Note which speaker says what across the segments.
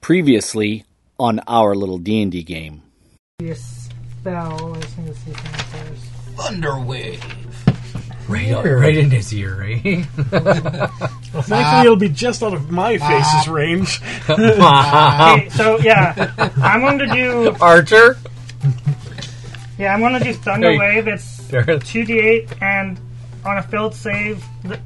Speaker 1: Previously on our little D and D game.
Speaker 2: your spell. I just need to see something first.
Speaker 3: Thunderwave. Right, right in his ear, right?
Speaker 4: Thankfully, it'll be just out of my face's range.
Speaker 2: Okay, so yeah, I'm going to do
Speaker 3: Archer.
Speaker 2: yeah I'm going to do thunder
Speaker 3: Hey.
Speaker 2: wave. It's
Speaker 3: What
Speaker 2: two d8 and on a failed save, the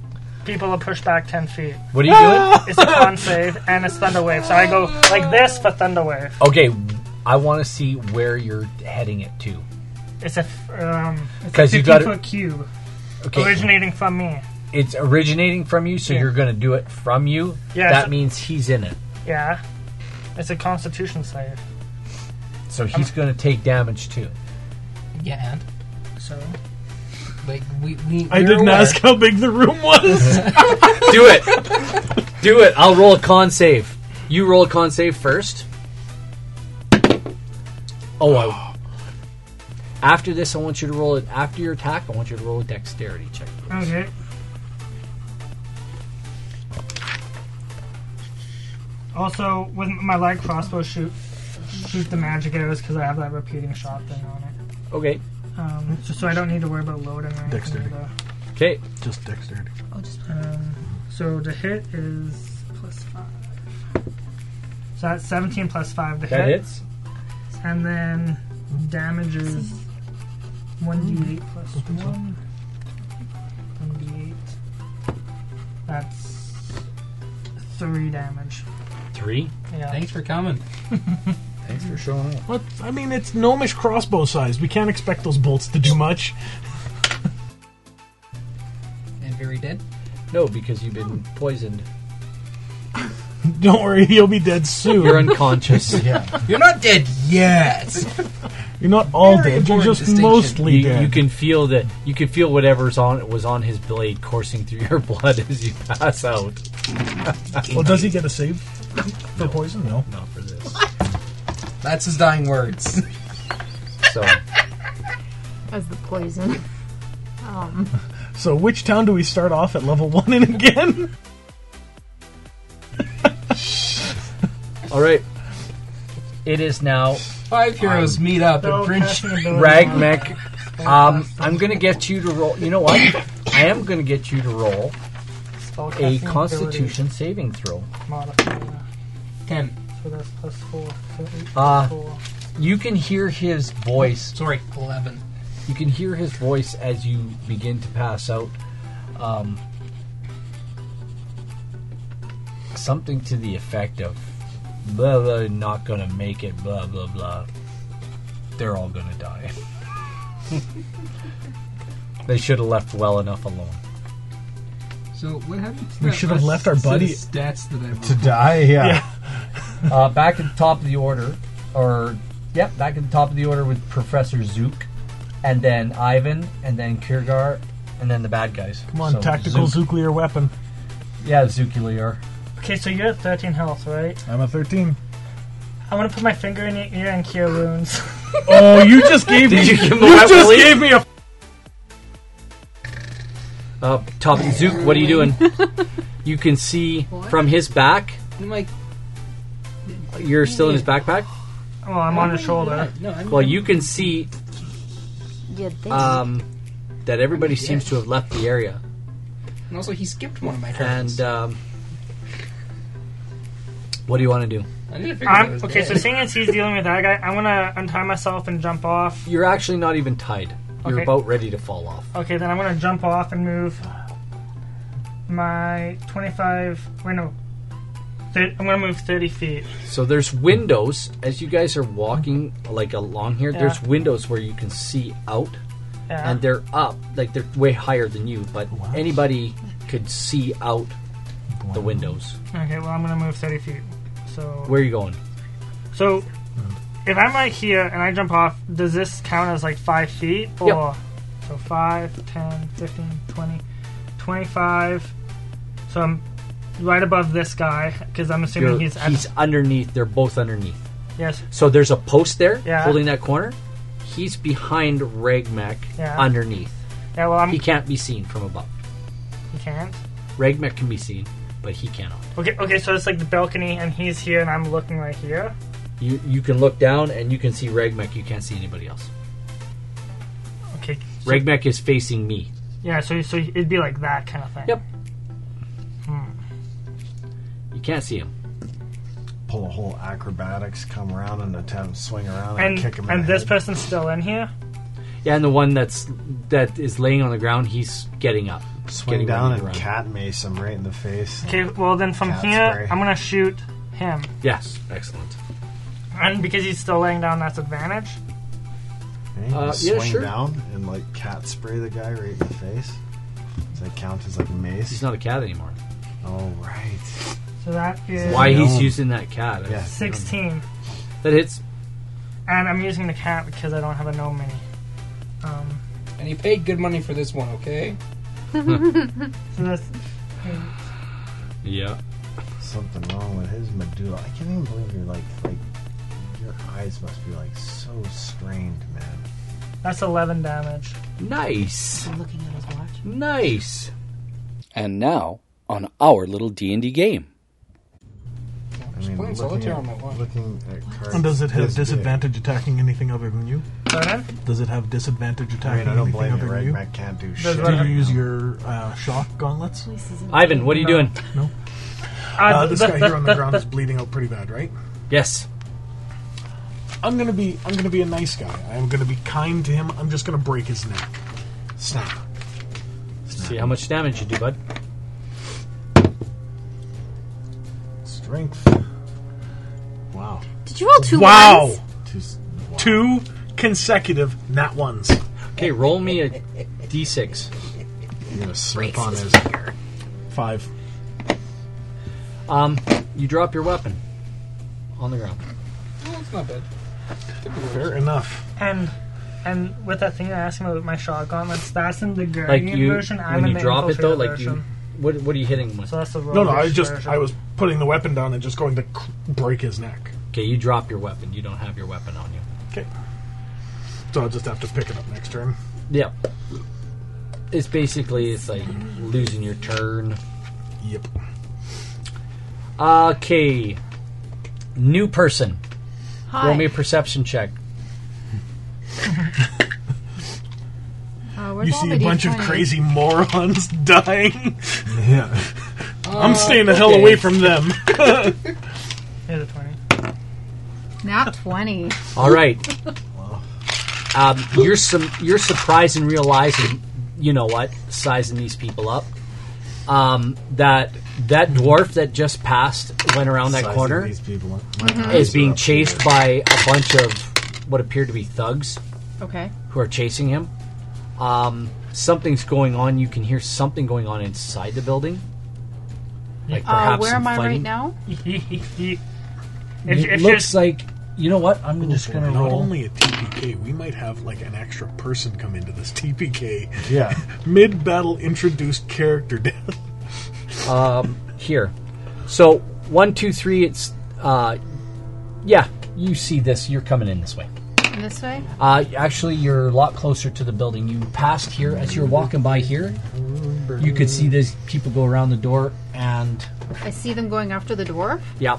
Speaker 2: people are pushed back ten feet.
Speaker 3: are you doing?
Speaker 2: It's a con save and it's thunder wave. So I go like this for thunder wave.
Speaker 3: Okay, I want to see where you're heading it to.
Speaker 2: It's a f- um it's a
Speaker 3: 'Cause you
Speaker 2: 15
Speaker 3: got it-
Speaker 2: foot cube
Speaker 3: Okay,
Speaker 2: originating from me.
Speaker 3: it's originating from you, so
Speaker 2: Yeah.
Speaker 3: you're going to do it from you.
Speaker 2: Yeah,
Speaker 3: that
Speaker 2: so-
Speaker 3: means he's in it.
Speaker 2: Yeah, it's a Constitution save.
Speaker 3: So he's going to take damage too.
Speaker 5: Yeah, and
Speaker 2: So
Speaker 5: like we, we
Speaker 4: I
Speaker 5: we're
Speaker 4: didn't
Speaker 5: aware.
Speaker 4: ask how big the room was.
Speaker 3: do it. Do it. I'll roll a con save. You roll a con save first. Oh, I. After this, I want you to roll it. After your attack, I want you to roll a dexterity check.
Speaker 2: okay. Also, with my light crossbow shoot, shoot the magic arrows because I have that repeating shot thing on it.
Speaker 3: Okay.
Speaker 2: Um, just so I don't need to worry about loading. Or anything
Speaker 4: Dexterity.
Speaker 2: either.
Speaker 3: Okay.
Speaker 4: just dexterity.
Speaker 5: I'll just
Speaker 2: Um, so the hit is plus five. So that's 17 plus five. The
Speaker 3: That
Speaker 2: hit.
Speaker 3: hits.
Speaker 2: And then damage is 1d8 plus 1. 1d8. That's 3 damage.
Speaker 3: Three.
Speaker 2: Yeah.
Speaker 5: thanks for coming.
Speaker 3: Thanks for showing up.
Speaker 4: What? I mean, it's gnomish crossbow size. We can't expect those bolts to do much.
Speaker 5: And very dead.
Speaker 3: No, because you've been poisoned.
Speaker 4: Don't worry, he'll be dead soon.
Speaker 3: You're
Speaker 4: You're,
Speaker 3: unconscious.
Speaker 5: You're not dead yet.
Speaker 4: not all
Speaker 5: Very
Speaker 4: dead. You're
Speaker 5: important
Speaker 4: just
Speaker 5: distinction.
Speaker 4: mostly
Speaker 3: You,
Speaker 4: dead.
Speaker 3: you can feel that. You can feel whatever's on was on his blade coursing through your blood as you pass out.
Speaker 4: well, does he get a save for poison? No.
Speaker 3: Not for this.
Speaker 5: That's his dying words.
Speaker 3: So
Speaker 6: as the poison. Um,
Speaker 4: So, which town do we start off at level one in again?
Speaker 3: All right. It is now
Speaker 5: Five heroes meet up
Speaker 2: So
Speaker 5: and Fringe.
Speaker 2: casting ability-
Speaker 3: Ragmek. Um, I'm going to get you to roll. You know what? I am going to get you to roll
Speaker 2: Spell
Speaker 3: a
Speaker 2: casting
Speaker 3: Constitution saving throw.
Speaker 2: ability modifier.
Speaker 5: Ten.
Speaker 2: So that's plus 4. So 8
Speaker 3: Uh,
Speaker 2: plus 4.
Speaker 3: You can hear his voice.
Speaker 5: Sorry, eleven.
Speaker 3: You can hear his voice as you begin to pass out. Um, something to the effect of blah blah not going to make it blah blah blah. They're all going to die. they should have left well enough alone.
Speaker 5: So what happened? To
Speaker 4: We
Speaker 5: that
Speaker 4: should have left
Speaker 5: last
Speaker 4: our
Speaker 5: set of
Speaker 4: buddy-
Speaker 5: stats that I rolled?
Speaker 4: die, yeah.
Speaker 3: Uh, back at the top of the order, or yep, back at the top of the order with Professor Zook, and then Ivan, and then Kirgar, and then the bad guys.
Speaker 4: Come on,
Speaker 3: So,
Speaker 4: tactical
Speaker 3: Zook.
Speaker 4: nuclear weapon.
Speaker 3: Yeah, Zookuliar.
Speaker 2: Okay, so you're at 13 health, right?
Speaker 4: I'm a 13.
Speaker 2: I'm going to put my finger in your ear and cure wounds.
Speaker 4: Oh, you just gave me.
Speaker 3: you give him a
Speaker 4: you
Speaker 3: wet
Speaker 4: just
Speaker 3: willy?
Speaker 4: gave me a.
Speaker 3: Uh, top Zook, what are you doing? you can see from his back.
Speaker 5: I'm like,
Speaker 3: You're still in his backpack.
Speaker 2: well, Oh, I'm on his shoulder.
Speaker 5: No, I'm
Speaker 3: Well, you can see
Speaker 6: you think?
Speaker 4: Uh,
Speaker 3: um, that everybody seems to have left the area,
Speaker 5: And also, he skipped one of my turns.
Speaker 3: and
Speaker 4: uh,
Speaker 3: um, what do you want to do?
Speaker 5: I didn't figure that
Speaker 2: I'm,
Speaker 5: was
Speaker 2: okay,
Speaker 5: dead.
Speaker 2: so seeing as he's dealing with that guy, I'm going to untie myself and jump off.
Speaker 3: You're actually not even tied. You're
Speaker 2: Okay.
Speaker 3: about ready to fall off.
Speaker 2: Okay, then I'm gonna jump off and move my 25. Wait, no. Thir- I'm gonna move 30 feet.
Speaker 3: So there's windows as you guys are walking like along here.
Speaker 2: Yeah.
Speaker 3: There's windows where you can see out,
Speaker 2: Yeah.
Speaker 3: and they're up like they're way higher than you, but anybody could see out the windows.
Speaker 2: okay, well, I'm gonna move 30 feet. So,
Speaker 3: Where are you going?
Speaker 2: so if I'm right here and I jump off, does this count as like 5 feet? Or,
Speaker 3: Yep.
Speaker 2: So 5, 10, 15, 20, 25. So I'm right above this guy, because I'm assuming
Speaker 3: You're-
Speaker 2: he's at.
Speaker 3: he's underneath. They're both underneath.
Speaker 2: yes.
Speaker 3: So there's a post there
Speaker 2: Yeah.
Speaker 3: holding that corner. He's behind Regmek
Speaker 2: Yeah.
Speaker 3: underneath.
Speaker 2: Yeah, well, I'm.
Speaker 3: He can't be seen from above.
Speaker 2: he can't.
Speaker 3: Regmek can be seen. but he cannot.
Speaker 2: Okay, okay, so it's like the balcony, and he's here, and I'm looking right here.
Speaker 3: You you can look down and you can see Regmek. You can't see anybody else.
Speaker 2: Okay. so-
Speaker 3: Regmek is facing me.
Speaker 2: Yeah, so so it'd be like that kind of thing.
Speaker 3: Yep. You can't see him.
Speaker 7: Pull a whole acrobatics, come around and attempt swing around and,
Speaker 2: And
Speaker 7: kick him.
Speaker 2: and
Speaker 7: in the
Speaker 2: this
Speaker 7: head.
Speaker 2: person's still in here.
Speaker 3: Yeah, and the one that's that is laying on the ground, he's getting up.
Speaker 7: swing
Speaker 3: getting
Speaker 7: down
Speaker 3: ready to
Speaker 7: and
Speaker 3: run.
Speaker 7: cat mace him right in the
Speaker 3: Uh,
Speaker 7: face.
Speaker 2: Okay, well then from
Speaker 7: Cat
Speaker 2: here,
Speaker 7: spray.
Speaker 2: I'm gonna shoot him,
Speaker 3: Yes, excellent.
Speaker 2: and because he's still laying down, that's advantage.
Speaker 7: Right? You
Speaker 3: Uh, yeah,
Speaker 7: swing
Speaker 3: sure.
Speaker 7: down and like cat spray the guy right in the face. Does that count as like
Speaker 3: He's
Speaker 7: mace?
Speaker 3: not a cat anymore.
Speaker 7: Oh right.
Speaker 2: So that is
Speaker 3: Why
Speaker 7: No.
Speaker 3: he's using that cat? I-
Speaker 7: Yeah.
Speaker 2: sixteen,
Speaker 3: That hits.
Speaker 2: and I'm using the cat because I don't have a no mini. Um,
Speaker 5: And he paid good money for this one, okay?
Speaker 2: so that's
Speaker 3: Yeah.
Speaker 7: Something wrong with his medulla. I can't even believe you're like like your eyes must be like so strained, man.
Speaker 2: that's eleven damage.
Speaker 3: Nice.
Speaker 6: I'm looking at his watch.
Speaker 3: Nice.
Speaker 8: And now on our little D&D game.
Speaker 7: I
Speaker 5: Just playing
Speaker 7: looking
Speaker 5: solitaire
Speaker 7: at-
Speaker 5: on my watch.
Speaker 7: Looking at cards.
Speaker 4: And does it have
Speaker 7: this big.
Speaker 4: disadvantage attacking anything other than you?
Speaker 2: Pardon?
Speaker 4: Does it have disadvantage
Speaker 7: I
Speaker 4: attacking
Speaker 7: mean, I don't
Speaker 4: anything
Speaker 7: blame you.
Speaker 4: other than you?
Speaker 7: Regmac can't do
Speaker 2: Does
Speaker 7: shit.
Speaker 2: what
Speaker 4: Did you
Speaker 2: Right.
Speaker 4: use your uh, shock gauntlets?
Speaker 6: This is
Speaker 3: Ivan, what are you
Speaker 2: No.
Speaker 3: doing?
Speaker 4: Uh,
Speaker 2: Uh,
Speaker 4: this
Speaker 2: the-
Speaker 4: guy here on the ground is bleeding out pretty bad, right?
Speaker 3: Yes.
Speaker 4: I'm gonna be I'm gonna be a nice guy. I'm gonna be kind to him. I'm just gonna break his neck.
Speaker 7: Snap.
Speaker 3: See how much damage you do, bud.
Speaker 7: Strength. Wow.
Speaker 6: Did you roll two
Speaker 4: Wow.
Speaker 6: ones?
Speaker 7: Two, s-
Speaker 4: Two consecutive nat ones.
Speaker 3: Okay, roll me a d6.
Speaker 7: you're gonna slip
Speaker 6: Breaks
Speaker 7: on
Speaker 6: his
Speaker 7: his
Speaker 4: Five.
Speaker 3: Um, you drop your weapon on the ground.
Speaker 5: Well, it's not bad.
Speaker 7: Fair enough.
Speaker 2: And and with that thing I asked him about my shotgun, that's that's in the
Speaker 3: Like
Speaker 2: Guardian
Speaker 3: you,
Speaker 2: version. I'm
Speaker 3: when
Speaker 2: in
Speaker 3: you
Speaker 2: the
Speaker 3: drop it though,
Speaker 2: Infiltrator
Speaker 3: like you,
Speaker 2: version.
Speaker 3: what what are you hitting with?
Speaker 2: So that's the
Speaker 4: No, no. I
Speaker 2: roguish
Speaker 4: just
Speaker 2: version.
Speaker 4: I was putting the weapon down and just going to cr- break his neck.
Speaker 3: Okay, you drop your weapon. You don't have your weapon on you.
Speaker 4: Okay. So I'll just have to pick it up next turn.
Speaker 3: Yeah. It's basically it's like losing your turn.
Speaker 4: Yep.
Speaker 3: Okay. New person.
Speaker 6: Hi.
Speaker 3: Roll me a perception check.
Speaker 6: Uh, where's
Speaker 4: You
Speaker 6: all
Speaker 4: see
Speaker 6: my
Speaker 4: a bunch of
Speaker 6: D20?
Speaker 4: crazy morons dying.
Speaker 7: Yeah.
Speaker 4: I'm staying the hell
Speaker 5: okay.
Speaker 4: away from them.
Speaker 2: Here's a twenty.
Speaker 6: Not 20.
Speaker 3: All right. Um, you're some you're surprised and realizing, you know what, sizing these people up. Um, that that dwarf that just passed went around that
Speaker 7: Size of
Speaker 3: corner
Speaker 7: These people.
Speaker 3: is being chased by a bunch of what appear to be thugs
Speaker 6: Okay.
Speaker 3: who are chasing him. Um, something's going on. You can hear something going on inside the building. Like
Speaker 6: Uh,
Speaker 3: perhaps
Speaker 6: where
Speaker 3: some
Speaker 6: am I right
Speaker 3: fighting.
Speaker 6: now?
Speaker 2: if,
Speaker 3: It
Speaker 2: if
Speaker 3: looks
Speaker 2: you're,
Speaker 3: like you know what. I'm just gonna
Speaker 4: Not
Speaker 3: roll.
Speaker 4: only a TPK, we might have like an extra person come into this TPK.
Speaker 7: Yeah.
Speaker 4: Mid battle introduced character death.
Speaker 3: here. So one, two, three. It's uh, yeah. You see this? You're coming in this way.
Speaker 6: In this way?
Speaker 3: Uh, actually, you're a lot closer to the building. You passed here as you're walking by here. You could see these people go around the door, and
Speaker 6: I see them going after the dwarf.
Speaker 3: yeah,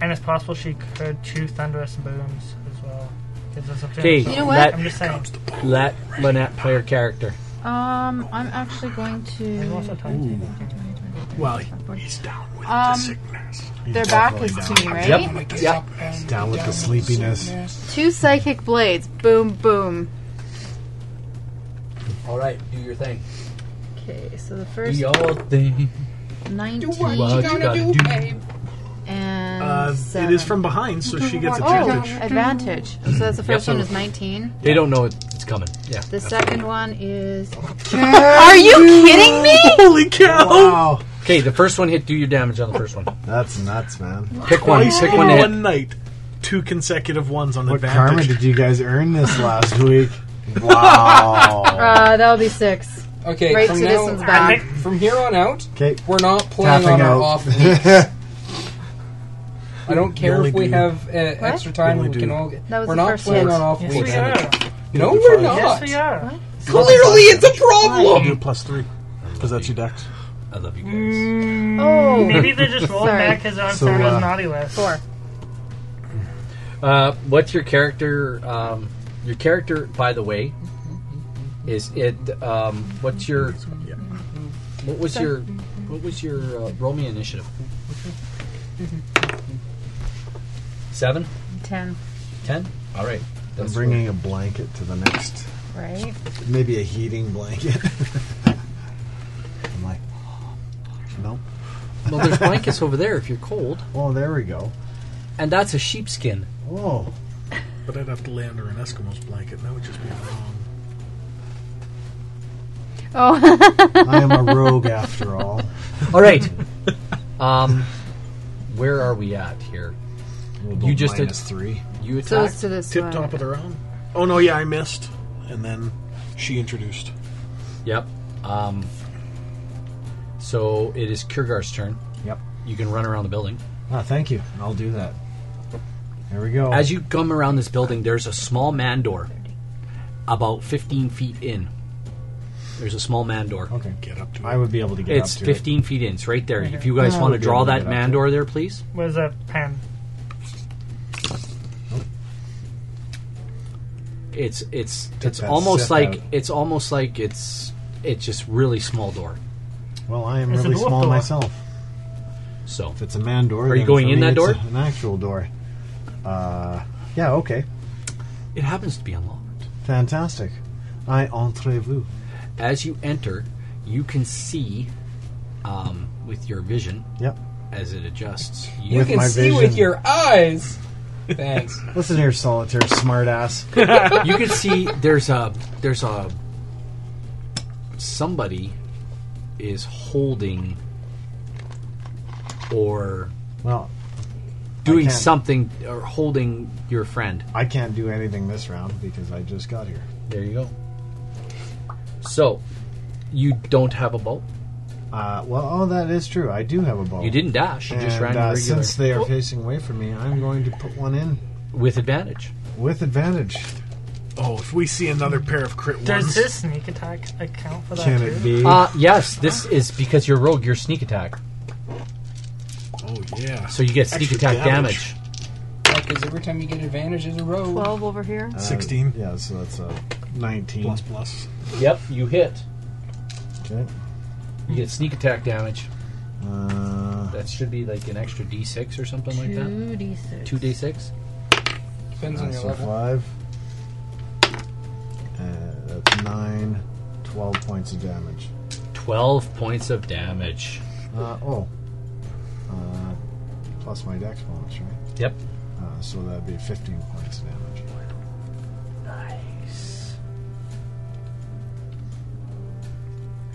Speaker 2: and it's possible she heard two thunderous booms as well. 'Cause there's a few-
Speaker 3: okay.
Speaker 6: You know what?
Speaker 2: I'm just saying.
Speaker 3: Let let Lynette play her character.
Speaker 6: Um, I'm actually going
Speaker 2: There's
Speaker 6: to.
Speaker 2: also time.
Speaker 4: Well, he- he's down with the
Speaker 6: Um,
Speaker 4: sickness.
Speaker 6: Their back is to me, right?
Speaker 3: Yep.
Speaker 5: Like,
Speaker 3: Yeah.
Speaker 5: stop and
Speaker 7: Down with the
Speaker 5: down.
Speaker 7: sleepiness.
Speaker 6: Two psychic blades. Boom, boom.
Speaker 3: All right, do your thing.
Speaker 6: Okay, so the
Speaker 3: Do
Speaker 6: first
Speaker 3: your thing.
Speaker 5: What
Speaker 6: 19
Speaker 5: you gonna do, babe?
Speaker 6: and
Speaker 4: Uh, it
Speaker 6: seven.
Speaker 4: is from behind, so she gets
Speaker 6: Oh,
Speaker 4: advantage.
Speaker 6: advantage. So that's the first
Speaker 3: so-
Speaker 6: one is 19.
Speaker 3: They don't know it, it's coming. Yeah.
Speaker 6: The second one is. Are you kidding me?
Speaker 4: Holy cow!
Speaker 7: Wow.
Speaker 3: Okay, the first one hit. Do your damage on the first one.
Speaker 7: That's nuts, man.
Speaker 3: Pick one.
Speaker 4: Twice
Speaker 3: Pick
Speaker 4: in
Speaker 3: one to hit.
Speaker 4: one night, two consecutive ones on
Speaker 7: What karma
Speaker 4: advantage.
Speaker 7: did you guys earn this last week? Wow.
Speaker 6: Uh, that'll be six.
Speaker 5: Okay,
Speaker 6: Right
Speaker 5: from,
Speaker 6: to
Speaker 5: now,
Speaker 6: this one's back.
Speaker 5: from here on out,
Speaker 7: Okay.
Speaker 5: we're not playing
Speaker 7: Tapping
Speaker 5: on our
Speaker 7: out.
Speaker 5: off weeks. I don't care
Speaker 4: only
Speaker 5: if we
Speaker 4: do-
Speaker 5: have uh, extra time. We
Speaker 4: only
Speaker 5: can
Speaker 4: do-
Speaker 5: all get.
Speaker 6: That was
Speaker 5: we're
Speaker 6: the
Speaker 5: not
Speaker 6: first
Speaker 5: playing
Speaker 6: one.
Speaker 5: on off
Speaker 2: Yes,
Speaker 5: weeks.
Speaker 2: we are.
Speaker 5: No, we're
Speaker 7: Yes,
Speaker 5: not.
Speaker 2: Yes, we are.
Speaker 5: Clearly, it's a problem.
Speaker 4: do plus three because that's your dex.
Speaker 3: I love you guys.
Speaker 6: Oh,
Speaker 2: Maybe they just rolled
Speaker 6: Sorry.
Speaker 2: back his on
Speaker 7: So,
Speaker 2: Sarah's
Speaker 7: uh,
Speaker 2: naughty list.
Speaker 6: four.
Speaker 3: Uh, what's your character? Um, your character, by the way, is it? Um, what's your? What was your? What was your? Uh, roll me initiative. Seven,
Speaker 6: Ten.
Speaker 3: ten. All right.
Speaker 7: I'm
Speaker 3: That's
Speaker 7: bringing a blanket to the next,
Speaker 6: Right.
Speaker 7: maybe a heating blanket. I'm like, nope.
Speaker 3: well, there's blankets over there if you're cold,
Speaker 7: Oh, there we go.
Speaker 3: and that's a sheepskin.
Speaker 7: Oh,
Speaker 4: But I'd have to lay under an Eskimo's blanket, and that would just be wrong.
Speaker 6: Oh,
Speaker 7: I am a rogue after all.
Speaker 3: All right. um, where are we at here?
Speaker 7: We'll
Speaker 3: You just did-
Speaker 7: minus three.
Speaker 3: You
Speaker 6: so
Speaker 3: attack.
Speaker 6: it's to this
Speaker 4: Tip
Speaker 6: one.
Speaker 4: top of the round. Oh no, yeah, I missed, and then she introduced.
Speaker 3: Yep. Um, so it is Kiergar's turn.
Speaker 7: Yep.
Speaker 3: You can run around the building.
Speaker 7: Ah, thank you. I'll do that. There we go.
Speaker 3: As you come around this building, there's a small man door, about 15 feet in. There's a small man door.
Speaker 7: okay,
Speaker 4: Get up to
Speaker 7: I would be able to get
Speaker 3: It's
Speaker 7: up to it.
Speaker 3: 15 feet in. It's right there. If you
Speaker 7: I
Speaker 3: guys
Speaker 7: would
Speaker 3: want to
Speaker 7: be
Speaker 3: draw
Speaker 7: able to
Speaker 3: that
Speaker 7: get up
Speaker 3: man
Speaker 7: to Oh, it.
Speaker 3: door there, please.
Speaker 2: Was a pen.
Speaker 3: It's it's it's
Speaker 7: that
Speaker 3: almost
Speaker 7: zip
Speaker 3: like
Speaker 7: out.
Speaker 3: it's almost like it's it's just really small door.
Speaker 7: Well, I am
Speaker 2: It's a
Speaker 7: really
Speaker 2: dwarf
Speaker 7: small
Speaker 2: door.
Speaker 7: myself.
Speaker 3: So
Speaker 7: If it's a man door,
Speaker 3: Are you
Speaker 7: then
Speaker 3: going
Speaker 7: for
Speaker 3: in
Speaker 7: me
Speaker 3: that
Speaker 7: it's
Speaker 3: door?
Speaker 7: a- an actual door. Uh, yeah. Okay.
Speaker 3: it happens to be unlocked.
Speaker 7: Fantastic. I entre vous.
Speaker 3: As you enter, you can see um, with your vision
Speaker 7: Yep.
Speaker 3: as it adjusts.
Speaker 5: You
Speaker 3: You,
Speaker 5: can
Speaker 7: my
Speaker 5: see
Speaker 7: vision.
Speaker 5: with your eyes. Thanks.
Speaker 7: Listen here, solitaire smartass.
Speaker 3: you can see there's a there's a somebody is holding or
Speaker 7: well,
Speaker 3: doing
Speaker 7: can't-
Speaker 3: something or holding your friend.
Speaker 7: I can't do anything this round because I just got here.
Speaker 3: There you go. So you don't have a bolt.
Speaker 7: Uh, well, oh, that is true. I do have a ball.
Speaker 3: You didn't dash. You
Speaker 7: And,
Speaker 3: just ran
Speaker 7: uh,
Speaker 3: regular
Speaker 7: since
Speaker 5: Oh.
Speaker 7: they are facing away from me, I'm going to put one in
Speaker 3: with advantage.
Speaker 7: with advantage.
Speaker 4: Oh, if we see another pair of crit
Speaker 2: Does
Speaker 4: ones,
Speaker 2: his sneak attack account for that
Speaker 7: Can
Speaker 2: too?
Speaker 7: it be?
Speaker 3: Uh, yes, this is because you're rogue. Your sneak attack,
Speaker 4: oh yeah,
Speaker 3: so you get sneak
Speaker 4: Extra
Speaker 3: attack damage.
Speaker 5: Because every time you get advantage, there's a rogue.
Speaker 6: Twelve over here.
Speaker 7: Uh,
Speaker 4: 16.
Speaker 7: yeah, so that's a 19.
Speaker 4: plus plus.
Speaker 3: Yep, you hit.
Speaker 7: Okay.
Speaker 3: You get sneak attack damage.
Speaker 7: Uh,
Speaker 3: That should be like an extra D6 or something like that.
Speaker 6: Two d six.
Speaker 3: Two D6.
Speaker 5: Depends on
Speaker 7: that's
Speaker 5: your
Speaker 7: a
Speaker 5: level.
Speaker 7: 5. Uh, that's 9. 12 points of damage.
Speaker 3: 12 points of damage.
Speaker 7: Uh, oh. Uh, plus my dex bonus, right?
Speaker 3: Yep.
Speaker 7: Uh, so that'd be 15 points of damage.
Speaker 3: Nice.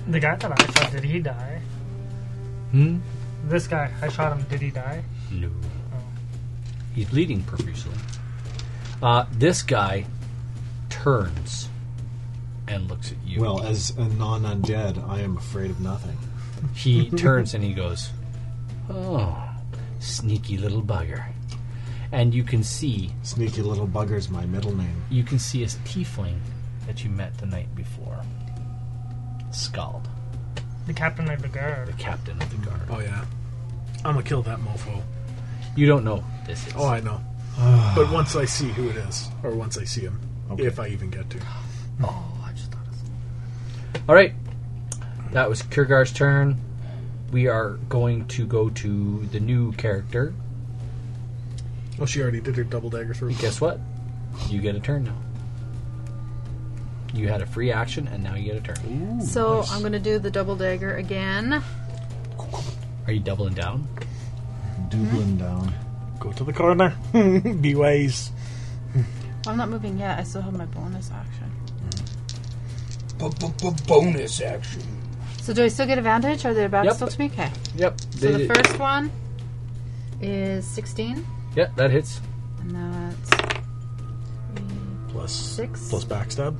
Speaker 2: The guy that I shot, did he die?
Speaker 3: Hmm?
Speaker 2: This guy, I shot him, did he die?
Speaker 3: No. He's bleeding profusely. Uh, this guy turns and looks at you.
Speaker 7: Well, as a non undead, I am afraid of nothing.
Speaker 3: he turns and he goes, Oh, sneaky little bugger. And you can see,
Speaker 7: Sneaky little bugger's my middle name.
Speaker 3: you can see his tiefling that you met the night before. Scald,
Speaker 2: The captain of the guard.
Speaker 3: the captain of the guard.
Speaker 7: Mm.
Speaker 4: Oh yeah, I'm gonna kill that mofo.
Speaker 3: You don't know who this is.
Speaker 4: Oh, I know. but once I see who it is, or once I see him, if I even get to,
Speaker 3: Oh, I just thought All right, that was Kurgar's turn. We are going to go to the new character.
Speaker 4: well, she already did her double dagger through.
Speaker 3: Guess what? You get a turn now. You had a free action, and now you get a turn.
Speaker 6: So I'm gonna do the double dagger again.
Speaker 3: Are you doubling down?
Speaker 7: Dublin down.
Speaker 4: Go to the corner. Be wise.
Speaker 6: I'm not moving yet. I still have my bonus action.
Speaker 5: Bonus action.
Speaker 6: So do I still get advantage? Are they about
Speaker 3: Yep.
Speaker 6: still to me? Okay.
Speaker 3: Yep.
Speaker 6: So the first one is 16,
Speaker 3: Yep, that hits.
Speaker 6: and that's
Speaker 4: Plus
Speaker 6: Six.
Speaker 4: Plus backstab.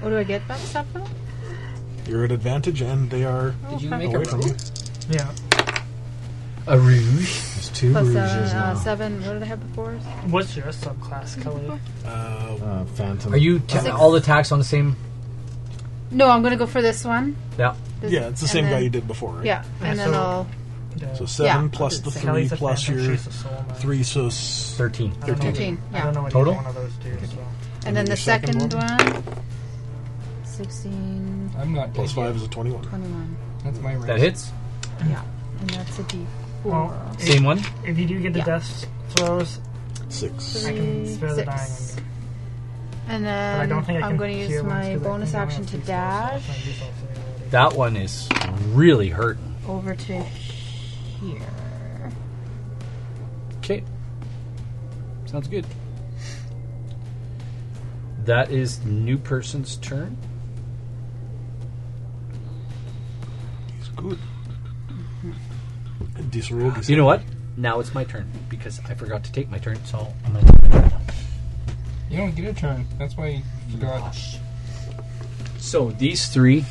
Speaker 6: what do I get back stuff for? that?
Speaker 4: You're at advantage, and they are
Speaker 6: Oh,
Speaker 5: Did you
Speaker 6: fuck.
Speaker 5: make a
Speaker 4: away from
Speaker 5: roll?
Speaker 4: you.
Speaker 2: Yeah.
Speaker 3: A rouge.
Speaker 7: There's two
Speaker 6: Plus
Speaker 7: rouges
Speaker 6: uh,
Speaker 7: now.
Speaker 6: uh, seven. What did I have before?
Speaker 2: What's your subclass, Kelly?
Speaker 4: Uh,
Speaker 7: Uh, phantom.
Speaker 3: Are you ta-
Speaker 6: Six.
Speaker 3: all the attacks on the same?
Speaker 6: No, I'm gonna go for this one.
Speaker 3: Yeah.
Speaker 6: This-
Speaker 4: Yeah, it's the
Speaker 6: and
Speaker 4: same guy
Speaker 6: then-
Speaker 4: you did before, right?
Speaker 6: Yeah, and
Speaker 2: Yeah,
Speaker 6: then
Speaker 2: so-
Speaker 6: I'll.
Speaker 4: So seven
Speaker 6: Yeah.
Speaker 4: plus the three
Speaker 2: Kelly's a
Speaker 4: plus
Speaker 2: phantom,
Speaker 4: your
Speaker 2: she's a soul mine.
Speaker 4: three, so s-
Speaker 3: 13.
Speaker 2: I don't know-
Speaker 6: 13,
Speaker 2: I don't know what
Speaker 3: Total?
Speaker 2: either one of those do. So.
Speaker 6: And then
Speaker 4: your
Speaker 6: the
Speaker 4: second
Speaker 6: second one. 16,
Speaker 5: I'm not
Speaker 4: plus
Speaker 5: plus
Speaker 4: five is a twenty-one.
Speaker 6: 21.
Speaker 5: That's my range.
Speaker 3: That hits.
Speaker 6: Yeah, and that's a D.
Speaker 2: Well, if,
Speaker 3: Same one.
Speaker 2: if you do get the
Speaker 6: Yeah.
Speaker 2: death throws,
Speaker 4: Six.
Speaker 2: I can
Speaker 6: Three,
Speaker 2: spare the dying
Speaker 6: six.
Speaker 2: one.
Speaker 6: And
Speaker 2: But
Speaker 6: then
Speaker 2: I don't think I
Speaker 6: I'm
Speaker 2: can
Speaker 6: going to use
Speaker 2: cure wounds
Speaker 6: my
Speaker 2: 'cause I
Speaker 6: bonus
Speaker 2: think I only
Speaker 6: action
Speaker 2: have
Speaker 6: to
Speaker 2: three spells
Speaker 6: dash
Speaker 2: left, and I used all three already.
Speaker 3: That one is really hurting.
Speaker 6: over to here.
Speaker 3: Okay. Sounds good. That is new person's turn.
Speaker 4: He's good. Disrogue is
Speaker 3: You know what? Now it's my turn because I forgot to take my turn, so I'm going to take my turn now.
Speaker 5: You don't get a turn. That's why you forgot.
Speaker 3: So these three,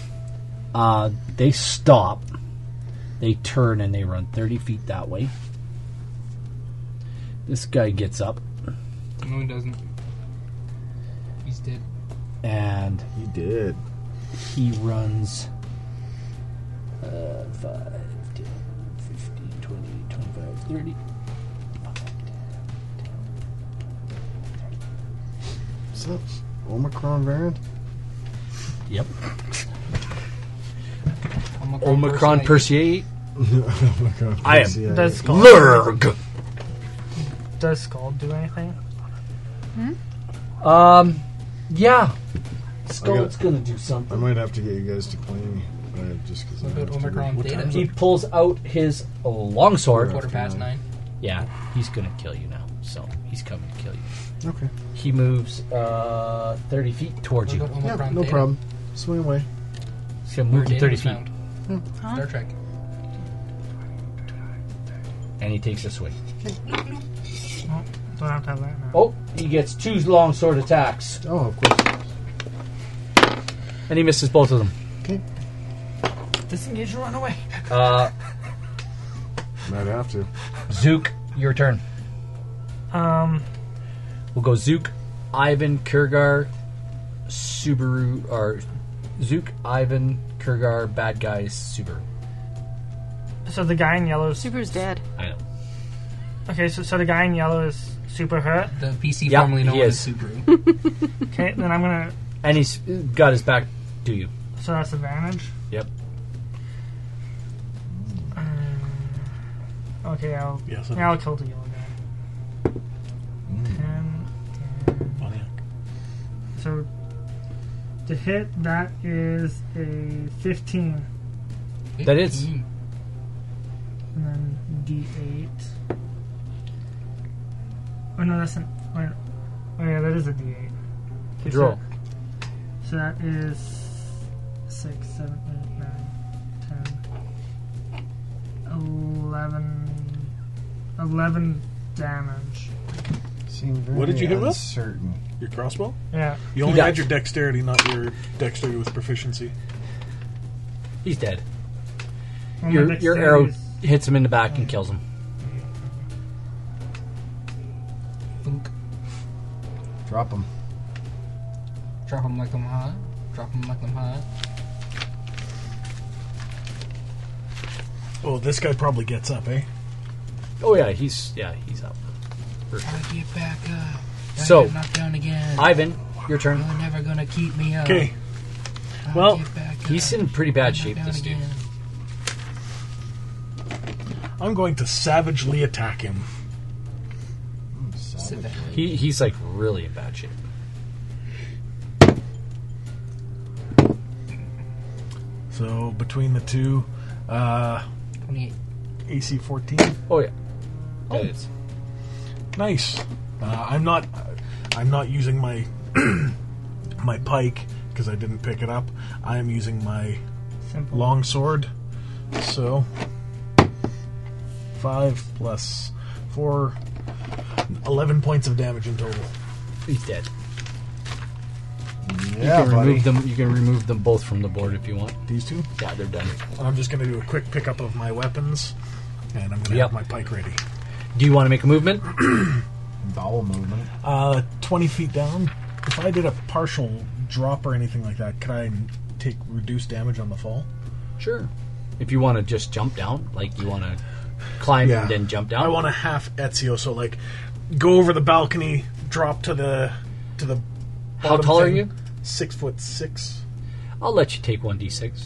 Speaker 3: uh, they stop, they turn, and they run 30 feet that way. This guy gets up
Speaker 5: No, he doesn't. He's dead.
Speaker 3: and
Speaker 7: He did.
Speaker 3: he runs uh, 5, 10, 15, 20, 25, 30. 5, 10, 30.
Speaker 7: What's up? Omicron variant?
Speaker 3: Yep.
Speaker 5: Omicron,
Speaker 3: Omicron
Speaker 5: personate.
Speaker 3: Perseid.
Speaker 7: Omicron
Speaker 3: I am-
Speaker 7: variant.
Speaker 2: Does Scald,
Speaker 3: Lurg!
Speaker 2: does Scald do anything?
Speaker 3: Um, yeah.
Speaker 7: Skull's
Speaker 3: gonna do
Speaker 7: I
Speaker 3: something.
Speaker 7: might have to get you guys to play me. Uh, just because
Speaker 5: What about Omicron Theta?
Speaker 3: He pulls out his longsword.
Speaker 5: Quarter past nine.
Speaker 3: Yeah, he's gonna kill you now. So he's coming to kill you.
Speaker 7: Okay.
Speaker 3: He moves uh, 30 feet towards
Speaker 5: What
Speaker 3: you.
Speaker 5: about
Speaker 7: Yeah,
Speaker 5: Omicron
Speaker 7: no
Speaker 5: Theta?
Speaker 7: problem. Swing away.
Speaker 3: He's gonna
Speaker 5: Where
Speaker 3: move to
Speaker 5: Data
Speaker 3: 30
Speaker 5: was
Speaker 3: feet,
Speaker 5: found.
Speaker 6: Huh?
Speaker 5: Star Trek.
Speaker 3: and he takes a swing.
Speaker 2: Well, don't have to have that now.
Speaker 3: Oh, he gets two longsword attacks,
Speaker 7: Oh, of course.
Speaker 3: and he misses both of them.
Speaker 7: Okay.
Speaker 2: Disengage and run away.
Speaker 3: Uh,
Speaker 7: Might have to.
Speaker 3: Zook, your turn.
Speaker 2: Um,
Speaker 3: We'll go Zook, Ivan, Kurgar, Subaru, or Zook, Ivan, Kurgar, bad guys, Subaru.
Speaker 2: so the guy in yellow is
Speaker 6: Super's dead.
Speaker 3: I know.
Speaker 2: okay. So, so the guy in yellow is super hurt.
Speaker 5: The PC
Speaker 3: Yeah,
Speaker 5: formerly known
Speaker 3: he
Speaker 5: as
Speaker 3: is.
Speaker 5: Subaru.
Speaker 2: Okay, then I'm gonna.
Speaker 3: And he's got his back to you.
Speaker 2: So that's advantage.
Speaker 3: Yep.
Speaker 2: Uh, Okay, I'll
Speaker 4: Yes,
Speaker 2: yeah, I'll kill the yellow guy.
Speaker 3: Mm.
Speaker 2: Ten, ten.
Speaker 4: funny.
Speaker 2: So to hit that is a fifteen,
Speaker 3: That is.
Speaker 5: Mm.
Speaker 2: and then D eight. Oh no, that's an. Wait, oh yeah, that is a D eight.
Speaker 3: Draw.
Speaker 2: So that is six, seven, eight, nine, ten, eleven, eleven damage.
Speaker 7: Seem very
Speaker 4: What did you hit with?
Speaker 7: uncertain.
Speaker 4: Your crossbow?
Speaker 2: Yeah.
Speaker 4: You only had
Speaker 3: died.
Speaker 4: your dexterity, not your dexterity with proficiency.
Speaker 3: He's dead.
Speaker 2: Well, my
Speaker 3: Your, your
Speaker 2: dexterity
Speaker 3: arrow
Speaker 2: is-
Speaker 3: hits him in the back and kills him.
Speaker 5: Funk.
Speaker 7: Drop him.
Speaker 5: Drop him like I'm hot. Drop him like I'm hot.
Speaker 4: Oh, this guy probably gets up, eh?
Speaker 3: Oh yeah, he's yeah he's up.
Speaker 5: Gotta get back up. Gotta
Speaker 3: So-
Speaker 5: get knocked down again.
Speaker 3: Ivan, your turn.
Speaker 5: You're never gonna keep me up.
Speaker 4: Okay.
Speaker 5: Gotta
Speaker 4: well,
Speaker 5: get back
Speaker 3: He's
Speaker 5: up.
Speaker 3: in pretty bad
Speaker 5: Knocked
Speaker 3: shape.
Speaker 5: down
Speaker 3: This dude.
Speaker 5: again.
Speaker 4: I'm going to savagely attack him.
Speaker 5: Sit down.
Speaker 3: He he's like really in bad shape.
Speaker 4: So between the two, uh,
Speaker 5: 28.
Speaker 4: AC 14.
Speaker 3: Oh yeah. That is.
Speaker 4: Nice. Uh, I'm not. I'm not using my my pike because I didn't pick it up. I am using my
Speaker 2: Simple.
Speaker 4: long sword. So five plus four, eleven points of damage in total.
Speaker 3: He's dead.
Speaker 7: Yeah,
Speaker 3: you can
Speaker 7: buddy.
Speaker 3: remove them. You can remove them both from the board if you want.
Speaker 4: These two.
Speaker 3: Yeah, they're done.
Speaker 4: And I'm just going to do a quick pickup of my weapons, and I'm going to
Speaker 3: Yep.
Speaker 4: have my pike ready.
Speaker 3: Do you want to make a movement?
Speaker 7: Bowel movement.
Speaker 4: Uh, 20 feet down. If I did a partial drop or anything like that, could I take reduced damage on the fall?
Speaker 3: Sure. If you want to just jump down, like you want to climb and then jump down.
Speaker 4: I want to half Ezio, so like go over the balcony, drop to the to the.
Speaker 3: How
Speaker 4: bottom
Speaker 3: tall are
Speaker 4: thing.
Speaker 3: you?
Speaker 4: Six foot six.
Speaker 3: I'll let you take one d6.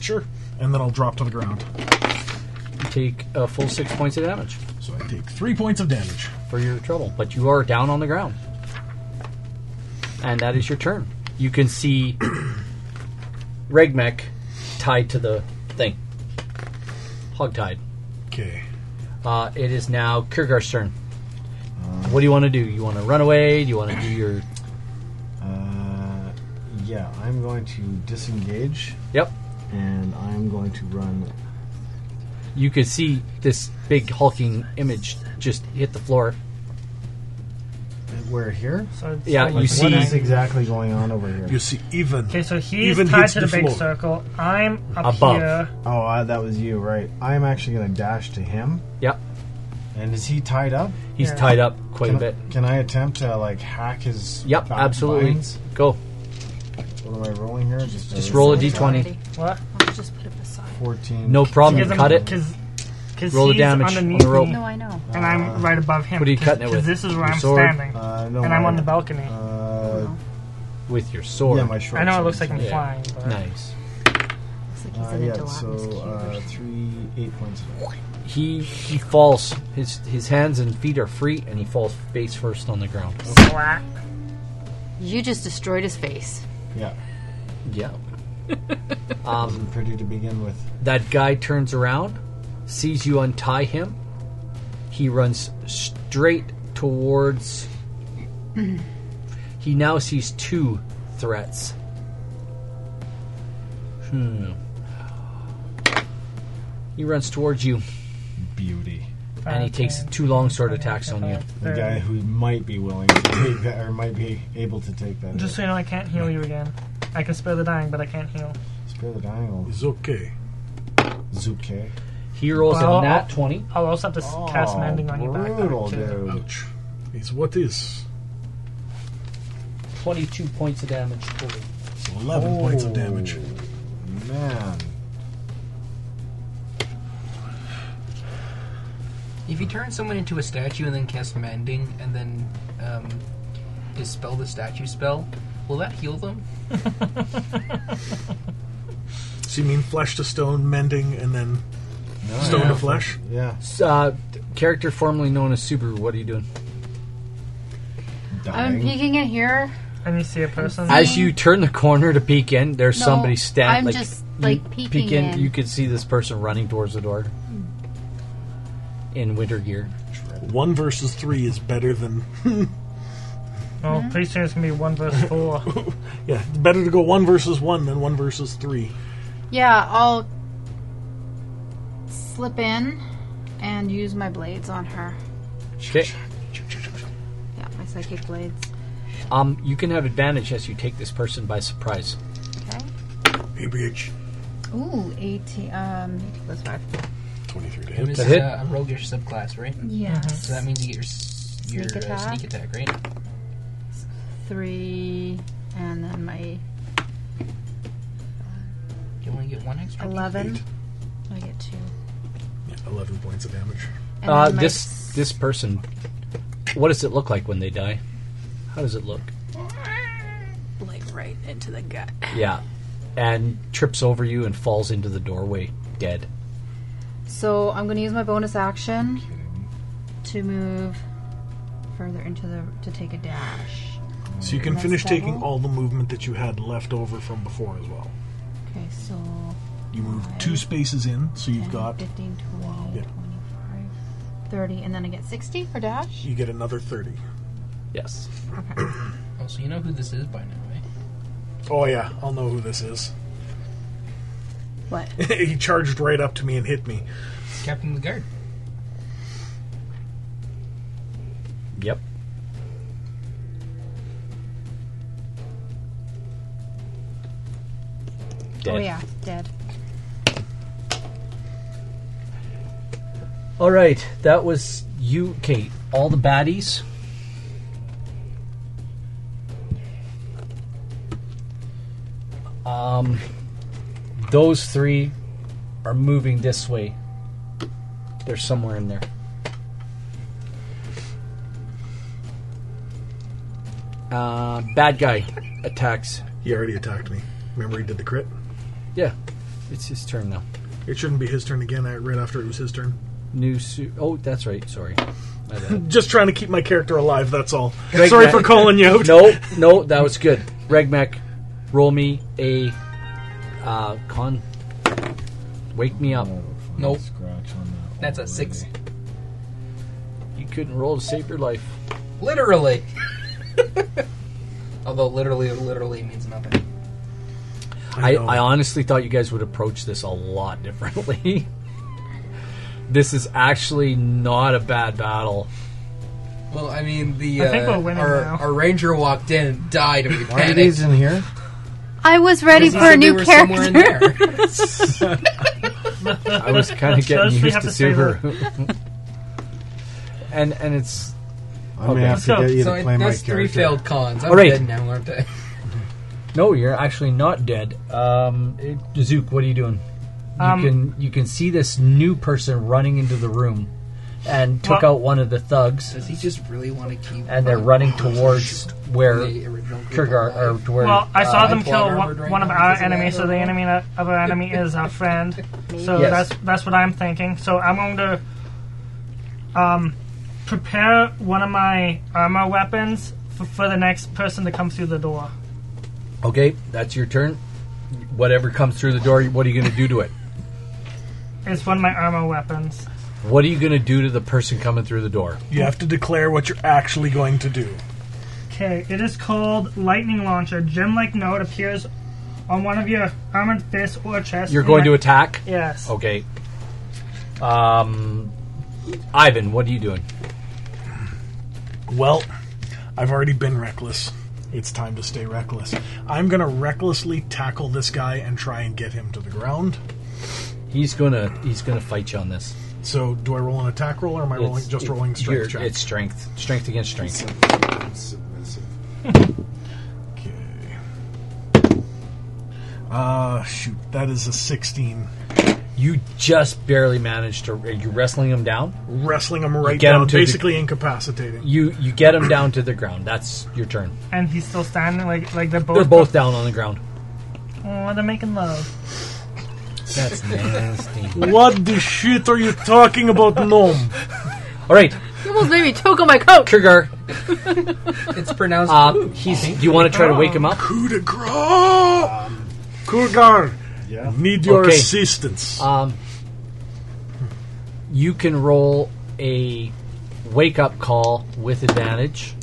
Speaker 4: Sure. And then I'll drop to the ground.
Speaker 3: You take a full six points of damage
Speaker 4: So I take three points of damage.
Speaker 3: for your trouble, but you are down on the ground, and that is your turn. You can see Regmek tied to the thing, hogtied.
Speaker 4: Okay.
Speaker 3: Uh, it is now Kurgar's turn. What do you want to do? You want to run away? Do you want to do your?
Speaker 7: Uh, yeah, I'm going to disengage
Speaker 3: Yep.
Speaker 7: and I'm going to run.
Speaker 3: You could see this big hulking image just hit the floor.
Speaker 7: We're here.
Speaker 2: So
Speaker 3: Yeah,
Speaker 2: so
Speaker 3: you
Speaker 2: what-
Speaker 3: see-
Speaker 7: What is exactly going on over here?
Speaker 4: You see, even.
Speaker 2: Okay, so he's
Speaker 4: Even
Speaker 2: tied
Speaker 4: hits
Speaker 2: to the,
Speaker 4: the
Speaker 2: big
Speaker 4: floor.
Speaker 2: circle. I'm up
Speaker 3: Above.
Speaker 2: here.
Speaker 7: Oh, uh, that was you, right? I'm actually going to dash to him.
Speaker 3: Yep.
Speaker 7: And is he tied up?
Speaker 3: He's
Speaker 2: Yeah.
Speaker 3: tied up quite
Speaker 7: Can
Speaker 3: a bit.
Speaker 7: I, can I attempt to like hack his?
Speaker 3: Yep,
Speaker 7: back
Speaker 3: absolutely.
Speaker 7: binds?
Speaker 3: Go.
Speaker 7: What am I rolling here? Just
Speaker 3: Just roll a
Speaker 6: It's
Speaker 3: d20.
Speaker 6: already-
Speaker 2: What?
Speaker 6: I'll just put it beside.
Speaker 7: Fourteen.
Speaker 3: No problem.
Speaker 2: Because I'm-
Speaker 3: Cut it.
Speaker 2: Cause, cause
Speaker 3: Roll the
Speaker 2: he's
Speaker 3: damage on the
Speaker 2: underneath
Speaker 3: rope.
Speaker 2: me,
Speaker 6: No, I know.
Speaker 2: and I'm right above him.
Speaker 3: What are you
Speaker 2: 'cause-
Speaker 3: cutting it
Speaker 2: 'cause
Speaker 3: with?
Speaker 2: This is where
Speaker 3: Your
Speaker 2: I'm
Speaker 3: sword? Oh,
Speaker 2: standing,
Speaker 7: Uh, no,
Speaker 2: and I'm
Speaker 7: my-
Speaker 2: on the balcony.
Speaker 7: Uh,
Speaker 3: with your sword.
Speaker 7: yeah, my short.
Speaker 2: I know it
Speaker 7: sword.
Speaker 2: looks like I'm
Speaker 3: Yeah.
Speaker 2: flying, but
Speaker 3: nice.
Speaker 6: Looks like he's
Speaker 7: Uh,
Speaker 6: in
Speaker 7: yeah,
Speaker 6: a gelatinous
Speaker 7: so
Speaker 6: cube or
Speaker 7: uh,
Speaker 6: something.
Speaker 7: three eight points.
Speaker 3: He he falls. His his hands and feet are free, and he falls face first on the ground.
Speaker 2: Whack.
Speaker 6: You just destroyed his face.
Speaker 7: Yeah,
Speaker 3: Yeah. Um,
Speaker 7: wasn't pretty to begin with.
Speaker 3: That guy turns around, sees you untie him. He runs straight towards. he now sees two threats. Hmm. He runs towards you,
Speaker 7: Beauty.
Speaker 3: and he takes two longsword attacks on you.
Speaker 7: The guy who might be willing to take that, or might be able to take that.
Speaker 2: Just so
Speaker 7: hit.
Speaker 2: you know, I can't heal you again. I can spare the dying, but I can't heal.
Speaker 7: spare the dying old
Speaker 4: It's okay.
Speaker 7: Zuke.
Speaker 3: He rolls
Speaker 2: Well,
Speaker 3: a nat
Speaker 2: I'll-
Speaker 3: twenty.
Speaker 2: Oh, I'll also have to s- cast mending on your back.
Speaker 7: brutal,
Speaker 2: too.
Speaker 7: dude.
Speaker 4: Ouch. It's what is.
Speaker 3: 22 points of damage total.
Speaker 4: It's 11 points of damage.
Speaker 7: Oh.
Speaker 2: Oh.
Speaker 7: Man,
Speaker 5: If you turn someone into a statue and then cast mending and then um, dispel the statue spell, will that heal them?
Speaker 4: So you mean flesh to stone, mending, and then stone to flesh?
Speaker 7: Oh, yeah.
Speaker 3: Uh, character formerly known as Subaru, what are you doing?
Speaker 6: I'm
Speaker 7: Dying.
Speaker 6: peeking in here.
Speaker 2: And you see a person.
Speaker 3: As you turn the corner to peek in, there's
Speaker 6: No,
Speaker 3: somebody standing.
Speaker 6: I'm
Speaker 3: like,
Speaker 6: just,
Speaker 3: you
Speaker 6: like, peeking
Speaker 3: peek in,
Speaker 6: in.
Speaker 3: You can see this person running towards the door in winter gear.
Speaker 4: One versus three is better than.
Speaker 2: oh, pretty soon it's gonna be one versus four.
Speaker 4: Yeah, it's better to go one versus one than one versus three.
Speaker 6: Yeah, I'll slip in and use my blades on her.
Speaker 3: Okay.
Speaker 6: Yeah, my psychic blades.
Speaker 3: Um, you can have advantage as you take this person by surprise.
Speaker 6: Okay.
Speaker 4: Hey, bitch.
Speaker 6: Ooh, 18. Um, 18 plus 5.
Speaker 4: 23 to
Speaker 5: And
Speaker 4: hit.
Speaker 5: this
Speaker 3: to
Speaker 5: is
Speaker 3: hit.
Speaker 5: uh, a roguish subclass, right?
Speaker 6: Yes.
Speaker 5: So that means you get your s- your
Speaker 6: Sneak
Speaker 5: uh,
Speaker 6: attack.
Speaker 5: sneak attack, right?
Speaker 6: 3 and then my
Speaker 5: You only get one extra.
Speaker 6: 11.
Speaker 4: Eight.
Speaker 6: I get 2.
Speaker 4: Yeah, 11 points of damage.
Speaker 6: And
Speaker 3: Uh,
Speaker 6: then my
Speaker 3: this this person, what does it look like when they die? How does it look?
Speaker 6: Like right into the gut.
Speaker 3: Yeah, and trips over you and falls into the doorway dead.
Speaker 6: So I'm going to use my bonus action to move further into the to take a dash.
Speaker 4: So you can
Speaker 6: Nice
Speaker 4: finish taking
Speaker 6: double.
Speaker 4: all the movement that you had left over from before as well.
Speaker 6: Okay, so
Speaker 4: You move two spaces in, so you've
Speaker 6: 10,
Speaker 4: got
Speaker 6: 15, 20,
Speaker 4: Yeah.
Speaker 6: 25, 30, and then I get 60 for dash.
Speaker 4: you get another thirty.
Speaker 3: Yes.
Speaker 5: Oh, so you know who this is by now, right?
Speaker 4: Oh yeah, I'll know who this is.
Speaker 6: What? Oh,
Speaker 4: he charged right up to me and hit me.
Speaker 5: It's Captain of the Guard.
Speaker 3: Yep. Dead.
Speaker 6: Oh yeah, dead.
Speaker 3: All right, that was you, Kate. All the baddies. Um, Those three are moving this way. They're somewhere in there. Uh, bad guy attacks.
Speaker 4: He already attacked me. Remember, he did the crit.
Speaker 3: Yeah, it's his turn now.
Speaker 4: It shouldn't be his turn again. I, right after it was his turn.
Speaker 3: New suit. Oh, that's right. Sorry. My bad.
Speaker 4: Just trying to keep my character alive. That's all. Sorry for calling you out.
Speaker 3: no, no, that was good. Regmec, roll me a uh, con. Wake me up.
Speaker 5: Nope.
Speaker 7: Scratch on that. Oh,
Speaker 5: That's a six.
Speaker 3: You couldn't roll to save your life.
Speaker 5: Literally. Although literally, literally means nothing.
Speaker 3: I,
Speaker 4: know.
Speaker 3: I honestly thought you guys would approach this a lot differently. this is actually not a bad battle.
Speaker 5: Well, I mean, the
Speaker 2: I think
Speaker 5: uh,
Speaker 2: we're winning
Speaker 5: our,
Speaker 2: now.
Speaker 5: our ranger walked in and died, and we
Speaker 7: Why are
Speaker 5: panicked.
Speaker 7: these in here?
Speaker 6: I was ready
Speaker 5: Because
Speaker 6: for a
Speaker 5: they
Speaker 6: new
Speaker 5: were somewhere in
Speaker 6: character.
Speaker 5: there.
Speaker 3: I was kind of
Speaker 2: Shows
Speaker 3: getting
Speaker 2: we
Speaker 3: used
Speaker 2: have
Speaker 3: to
Speaker 2: to say
Speaker 3: Subaru. and and it's
Speaker 7: I'm gonna have to
Speaker 2: So-
Speaker 7: get you
Speaker 5: so
Speaker 7: to
Speaker 5: it-
Speaker 7: play my
Speaker 5: that's
Speaker 7: character.
Speaker 5: three failed cons. I'm
Speaker 3: All right.
Speaker 5: dead now, aren't I?
Speaker 1: No, you're actually not dead. Um, it- Zook, what are you doing? You
Speaker 2: Um,
Speaker 1: can you can see this new person running into the room, and took
Speaker 2: Well-
Speaker 1: out one of the thugs,
Speaker 5: Does he just really want to keep?
Speaker 1: and they're running towards where
Speaker 5: the original group
Speaker 1: Kurgar
Speaker 5: alive?
Speaker 1: or to where.
Speaker 2: Well, I saw
Speaker 5: Uh,
Speaker 2: them
Speaker 5: I'm
Speaker 2: kill
Speaker 5: blonde
Speaker 2: one,
Speaker 5: armored
Speaker 2: one
Speaker 5: right
Speaker 2: of
Speaker 5: now
Speaker 2: our
Speaker 5: because of that
Speaker 2: enemies, so the
Speaker 5: armor.
Speaker 2: enemy that of our enemy is our friend. So
Speaker 1: Yes.
Speaker 2: that's that's what I'm thinking. So I'm going to um, prepare one of my armor weapons for, for the next person to come through the door.
Speaker 3: okay. That's your turn. Whatever comes through the door, what are you going to do to it?
Speaker 2: It's one of my armor weapons.
Speaker 3: What are you going to do to the person coming through the door?
Speaker 4: You have to declare what you're actually going to do.
Speaker 2: Okay, it is called lightning launcher. Gem-like note appears on one of your armored fists or chest.
Speaker 3: You're going to attack.
Speaker 2: Yes.
Speaker 3: Okay. Um, Ivan, what are you doing?
Speaker 4: Well, I've already been reckless. It's time to stay reckless. I'm going to recklessly tackle this guy and try and get him to the ground.
Speaker 3: He's gonna he's gonna fight you on this.
Speaker 4: So, do I roll an attack roll or am I rolling, just
Speaker 3: it-
Speaker 4: rolling
Speaker 3: you're-
Speaker 4: strength check?
Speaker 3: It's strength, strength against strength.
Speaker 7: Submissive.
Speaker 4: Okay. Uh, shoot. That is a 16.
Speaker 3: You just barely managed to. Are you wrestling him down?
Speaker 4: Wrestling him right
Speaker 3: get
Speaker 4: down,
Speaker 3: him to the-
Speaker 4: basically incapacitating.
Speaker 3: You you get him down to the ground. That's your turn.
Speaker 2: And he's still standing, like like they're both.
Speaker 3: They're both down on the ground.
Speaker 2: Oh, they're making love.
Speaker 3: That's nasty.
Speaker 4: What the shit are you talking about, Gnome?
Speaker 3: All right,
Speaker 6: You almost made me choke on my coat.
Speaker 3: Kurgar.
Speaker 5: It's pronounced.
Speaker 3: Uh, he's. Do you want to try to wake him up?
Speaker 4: Coup de grace! Kurgar,
Speaker 7: Yeah.
Speaker 4: need your
Speaker 3: Okay.
Speaker 4: assistance.
Speaker 3: Um, you can roll a wake up call with advantage.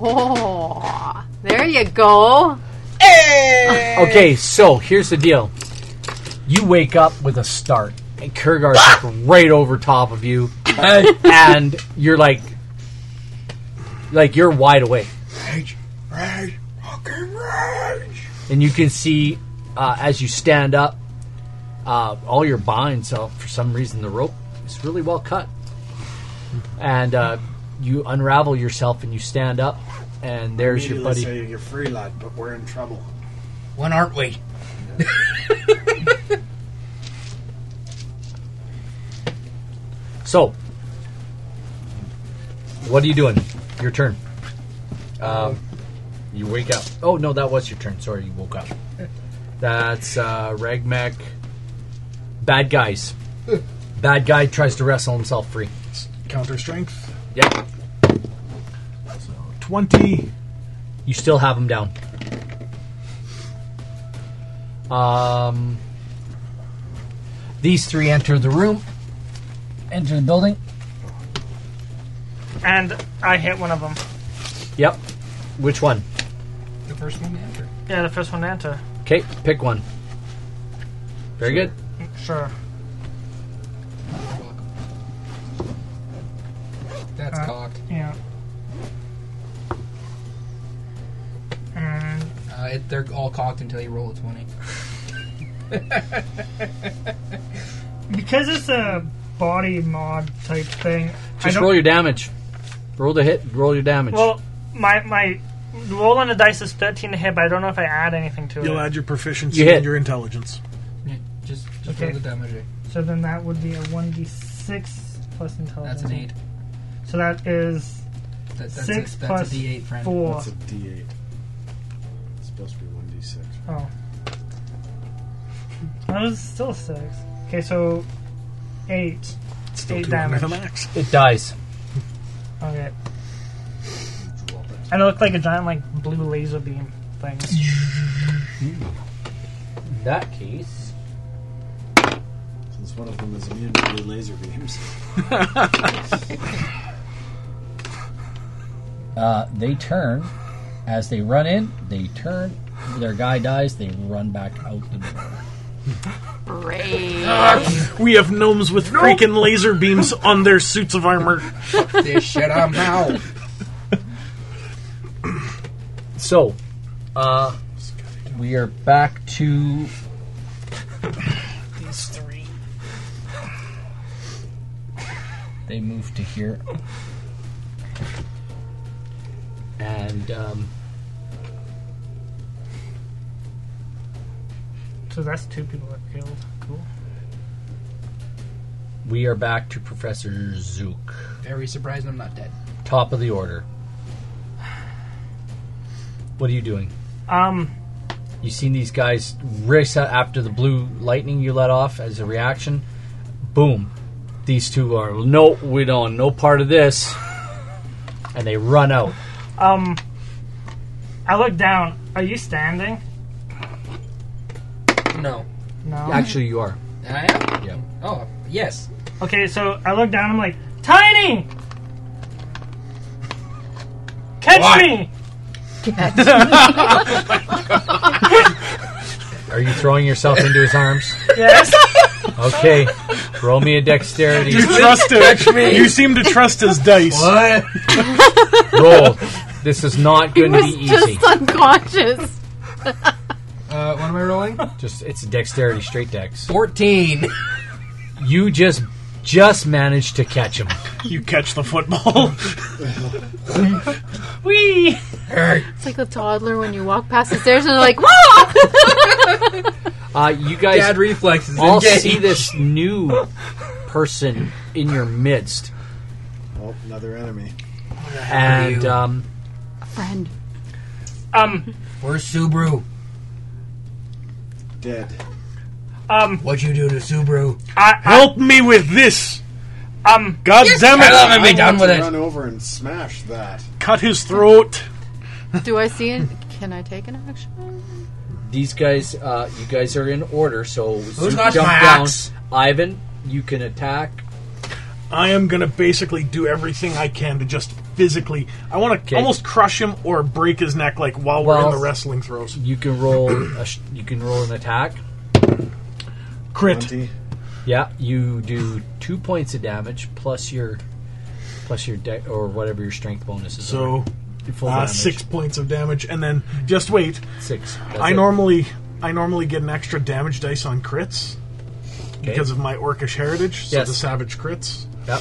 Speaker 6: Oh, there you go.
Speaker 3: Okay, so here's the deal. You wake up with a start, and Kurgar's like right over top of you, and you're like, like you're wide awake,
Speaker 4: Rage, rage, fucking rage.
Speaker 3: and you can see uh, as you stand up, uh, all your binds. Uh, for some reason, the rope is really well cut, and uh, you unravel yourself, and you stand up, and there's your buddy.
Speaker 7: Say you're free, lad, but we're in trouble.
Speaker 5: When aren't we?
Speaker 3: So, what are you doing? Your turn. Um, you wake up. Oh no, that was your turn. Sorry, you woke up. That's uh, Regmec. Bad guys. Bad guy tries to wrestle himself free.
Speaker 4: Counter strength.
Speaker 3: Yep.
Speaker 4: 20.
Speaker 3: You still have him down. Um, these three enter the room, enter the building.
Speaker 2: And I hit one of them.
Speaker 3: Yep. Which one?
Speaker 5: The first one after.
Speaker 2: Yeah, the first one to enter.
Speaker 3: Okay, pick one. Very good.
Speaker 2: Sure.
Speaker 5: That's
Speaker 2: Uh,
Speaker 5: cocked.
Speaker 2: Yeah. And
Speaker 5: Uh, it, they're all cocked until you roll a twenty.
Speaker 2: because it's a body mod type thing, I
Speaker 3: Just
Speaker 2: don't-
Speaker 3: roll your damage. Roll the hit. Roll your damage.
Speaker 2: Well, my my rolling the dice is 13 to hit, but I don't know if I add anything to
Speaker 4: You'll
Speaker 2: it.
Speaker 4: add your proficiency
Speaker 3: You hit.
Speaker 4: and your intelligence.
Speaker 5: Yeah, just just
Speaker 2: Okay.
Speaker 5: roll the damage. eh?
Speaker 2: So then that would be a 1d6 plus intelligence.
Speaker 5: That's an eight.
Speaker 2: So that is
Speaker 5: That, that's
Speaker 2: Six
Speaker 5: a, that's
Speaker 2: plus
Speaker 5: a D8, friend.
Speaker 2: 4.
Speaker 9: That's a D8. It's supposed to be 1d6.
Speaker 2: Oh. That was still 6. Okay, so 8.
Speaker 4: Still
Speaker 2: Eight
Speaker 4: two hundred
Speaker 2: damage.
Speaker 4: the max.
Speaker 3: It dies.
Speaker 2: Okay. And it looked like a giant, like, blue laser beam thing.
Speaker 3: In that case,
Speaker 9: Since one of them is immune to the laser beams.
Speaker 1: Uh, they turn. As they run in, they turn. Their guy dies. They run back out the door.
Speaker 6: Brave.
Speaker 4: We have gnomes with freaking laser beams on their suits of armor.
Speaker 5: this shit I'm out.
Speaker 3: so uh,
Speaker 1: We are back to
Speaker 4: These three.
Speaker 1: They move to here.
Speaker 3: and um,
Speaker 2: So that's two people that killed. Cool.
Speaker 3: we are back to Professor Zook.
Speaker 5: Very surprised I'm not dead.
Speaker 3: Top of the order. What are you doing?
Speaker 2: Um,
Speaker 3: You seen these guys race out after the blue lightning you let off as a reaction? Boom. These two are no, we don't no part of this, and they run out.
Speaker 2: um, I look down. Are you standing?
Speaker 5: No.
Speaker 2: No.
Speaker 3: Actually, you are.
Speaker 5: I am?
Speaker 3: Yeah.
Speaker 5: Oh, yes.
Speaker 2: Okay, so I look down. I'm like, Tiny, catch me!
Speaker 3: Are you throwing yourself into his arms?
Speaker 2: Yes.
Speaker 3: Okay, roll me a dexterity
Speaker 4: You trust it. You seem to trust his dice.
Speaker 5: What?
Speaker 3: roll. This is not going to be
Speaker 6: was
Speaker 3: easy.
Speaker 6: just unconscious.
Speaker 5: Uh, what am I rolling?
Speaker 3: Just it's dexterity, straight dex.
Speaker 5: 14.
Speaker 3: You just just managed to catch him.
Speaker 4: You catch the football.
Speaker 2: Wee.
Speaker 6: It's like a toddler when you walk past the stairs and they're like, "Whoa!"
Speaker 3: Uh, you guys
Speaker 5: Dad reflexes.
Speaker 3: all
Speaker 5: engaged.
Speaker 3: see this new person in your midst,
Speaker 9: Oh, another enemy.
Speaker 3: and
Speaker 5: you?
Speaker 3: um,
Speaker 6: Friend,
Speaker 2: Um,
Speaker 5: Where's Subaru?
Speaker 9: Dead.
Speaker 2: um,
Speaker 5: What'd you do to Subaru?
Speaker 2: I,
Speaker 4: Help me with this.
Speaker 2: Um,
Speaker 4: God damn it!
Speaker 5: I love it, be done
Speaker 9: want
Speaker 5: with
Speaker 9: to
Speaker 5: it.
Speaker 9: Run over and smash that.
Speaker 4: Cut his throat.
Speaker 6: do I see it? Can I take an action?
Speaker 3: these guys, uh, you guys are in order. So Zook
Speaker 5: got
Speaker 3: jump
Speaker 5: my
Speaker 3: down.
Speaker 5: axe?
Speaker 3: Ivan, you can attack.
Speaker 4: I am gonna basically do everything I can to just physically. I want to almost crush him or break his neck, like while we're
Speaker 3: Well-
Speaker 4: in the wrestling throws.
Speaker 3: You can roll. A sh- you can roll an attack.
Speaker 4: Crit.
Speaker 9: Twenty.
Speaker 3: Yeah, you do two points of damage plus your plus your deck or whatever your strength bonus is.
Speaker 4: So
Speaker 3: You full
Speaker 4: uh,
Speaker 3: damage.
Speaker 4: six points of damage, and then just wait.
Speaker 3: Six. That's
Speaker 4: I
Speaker 3: it.
Speaker 4: normally I normally get an extra damage dice on crits
Speaker 3: Okay.
Speaker 4: because of my orcish heritage, so
Speaker 3: Yes.
Speaker 4: the savage crits.
Speaker 3: Yep.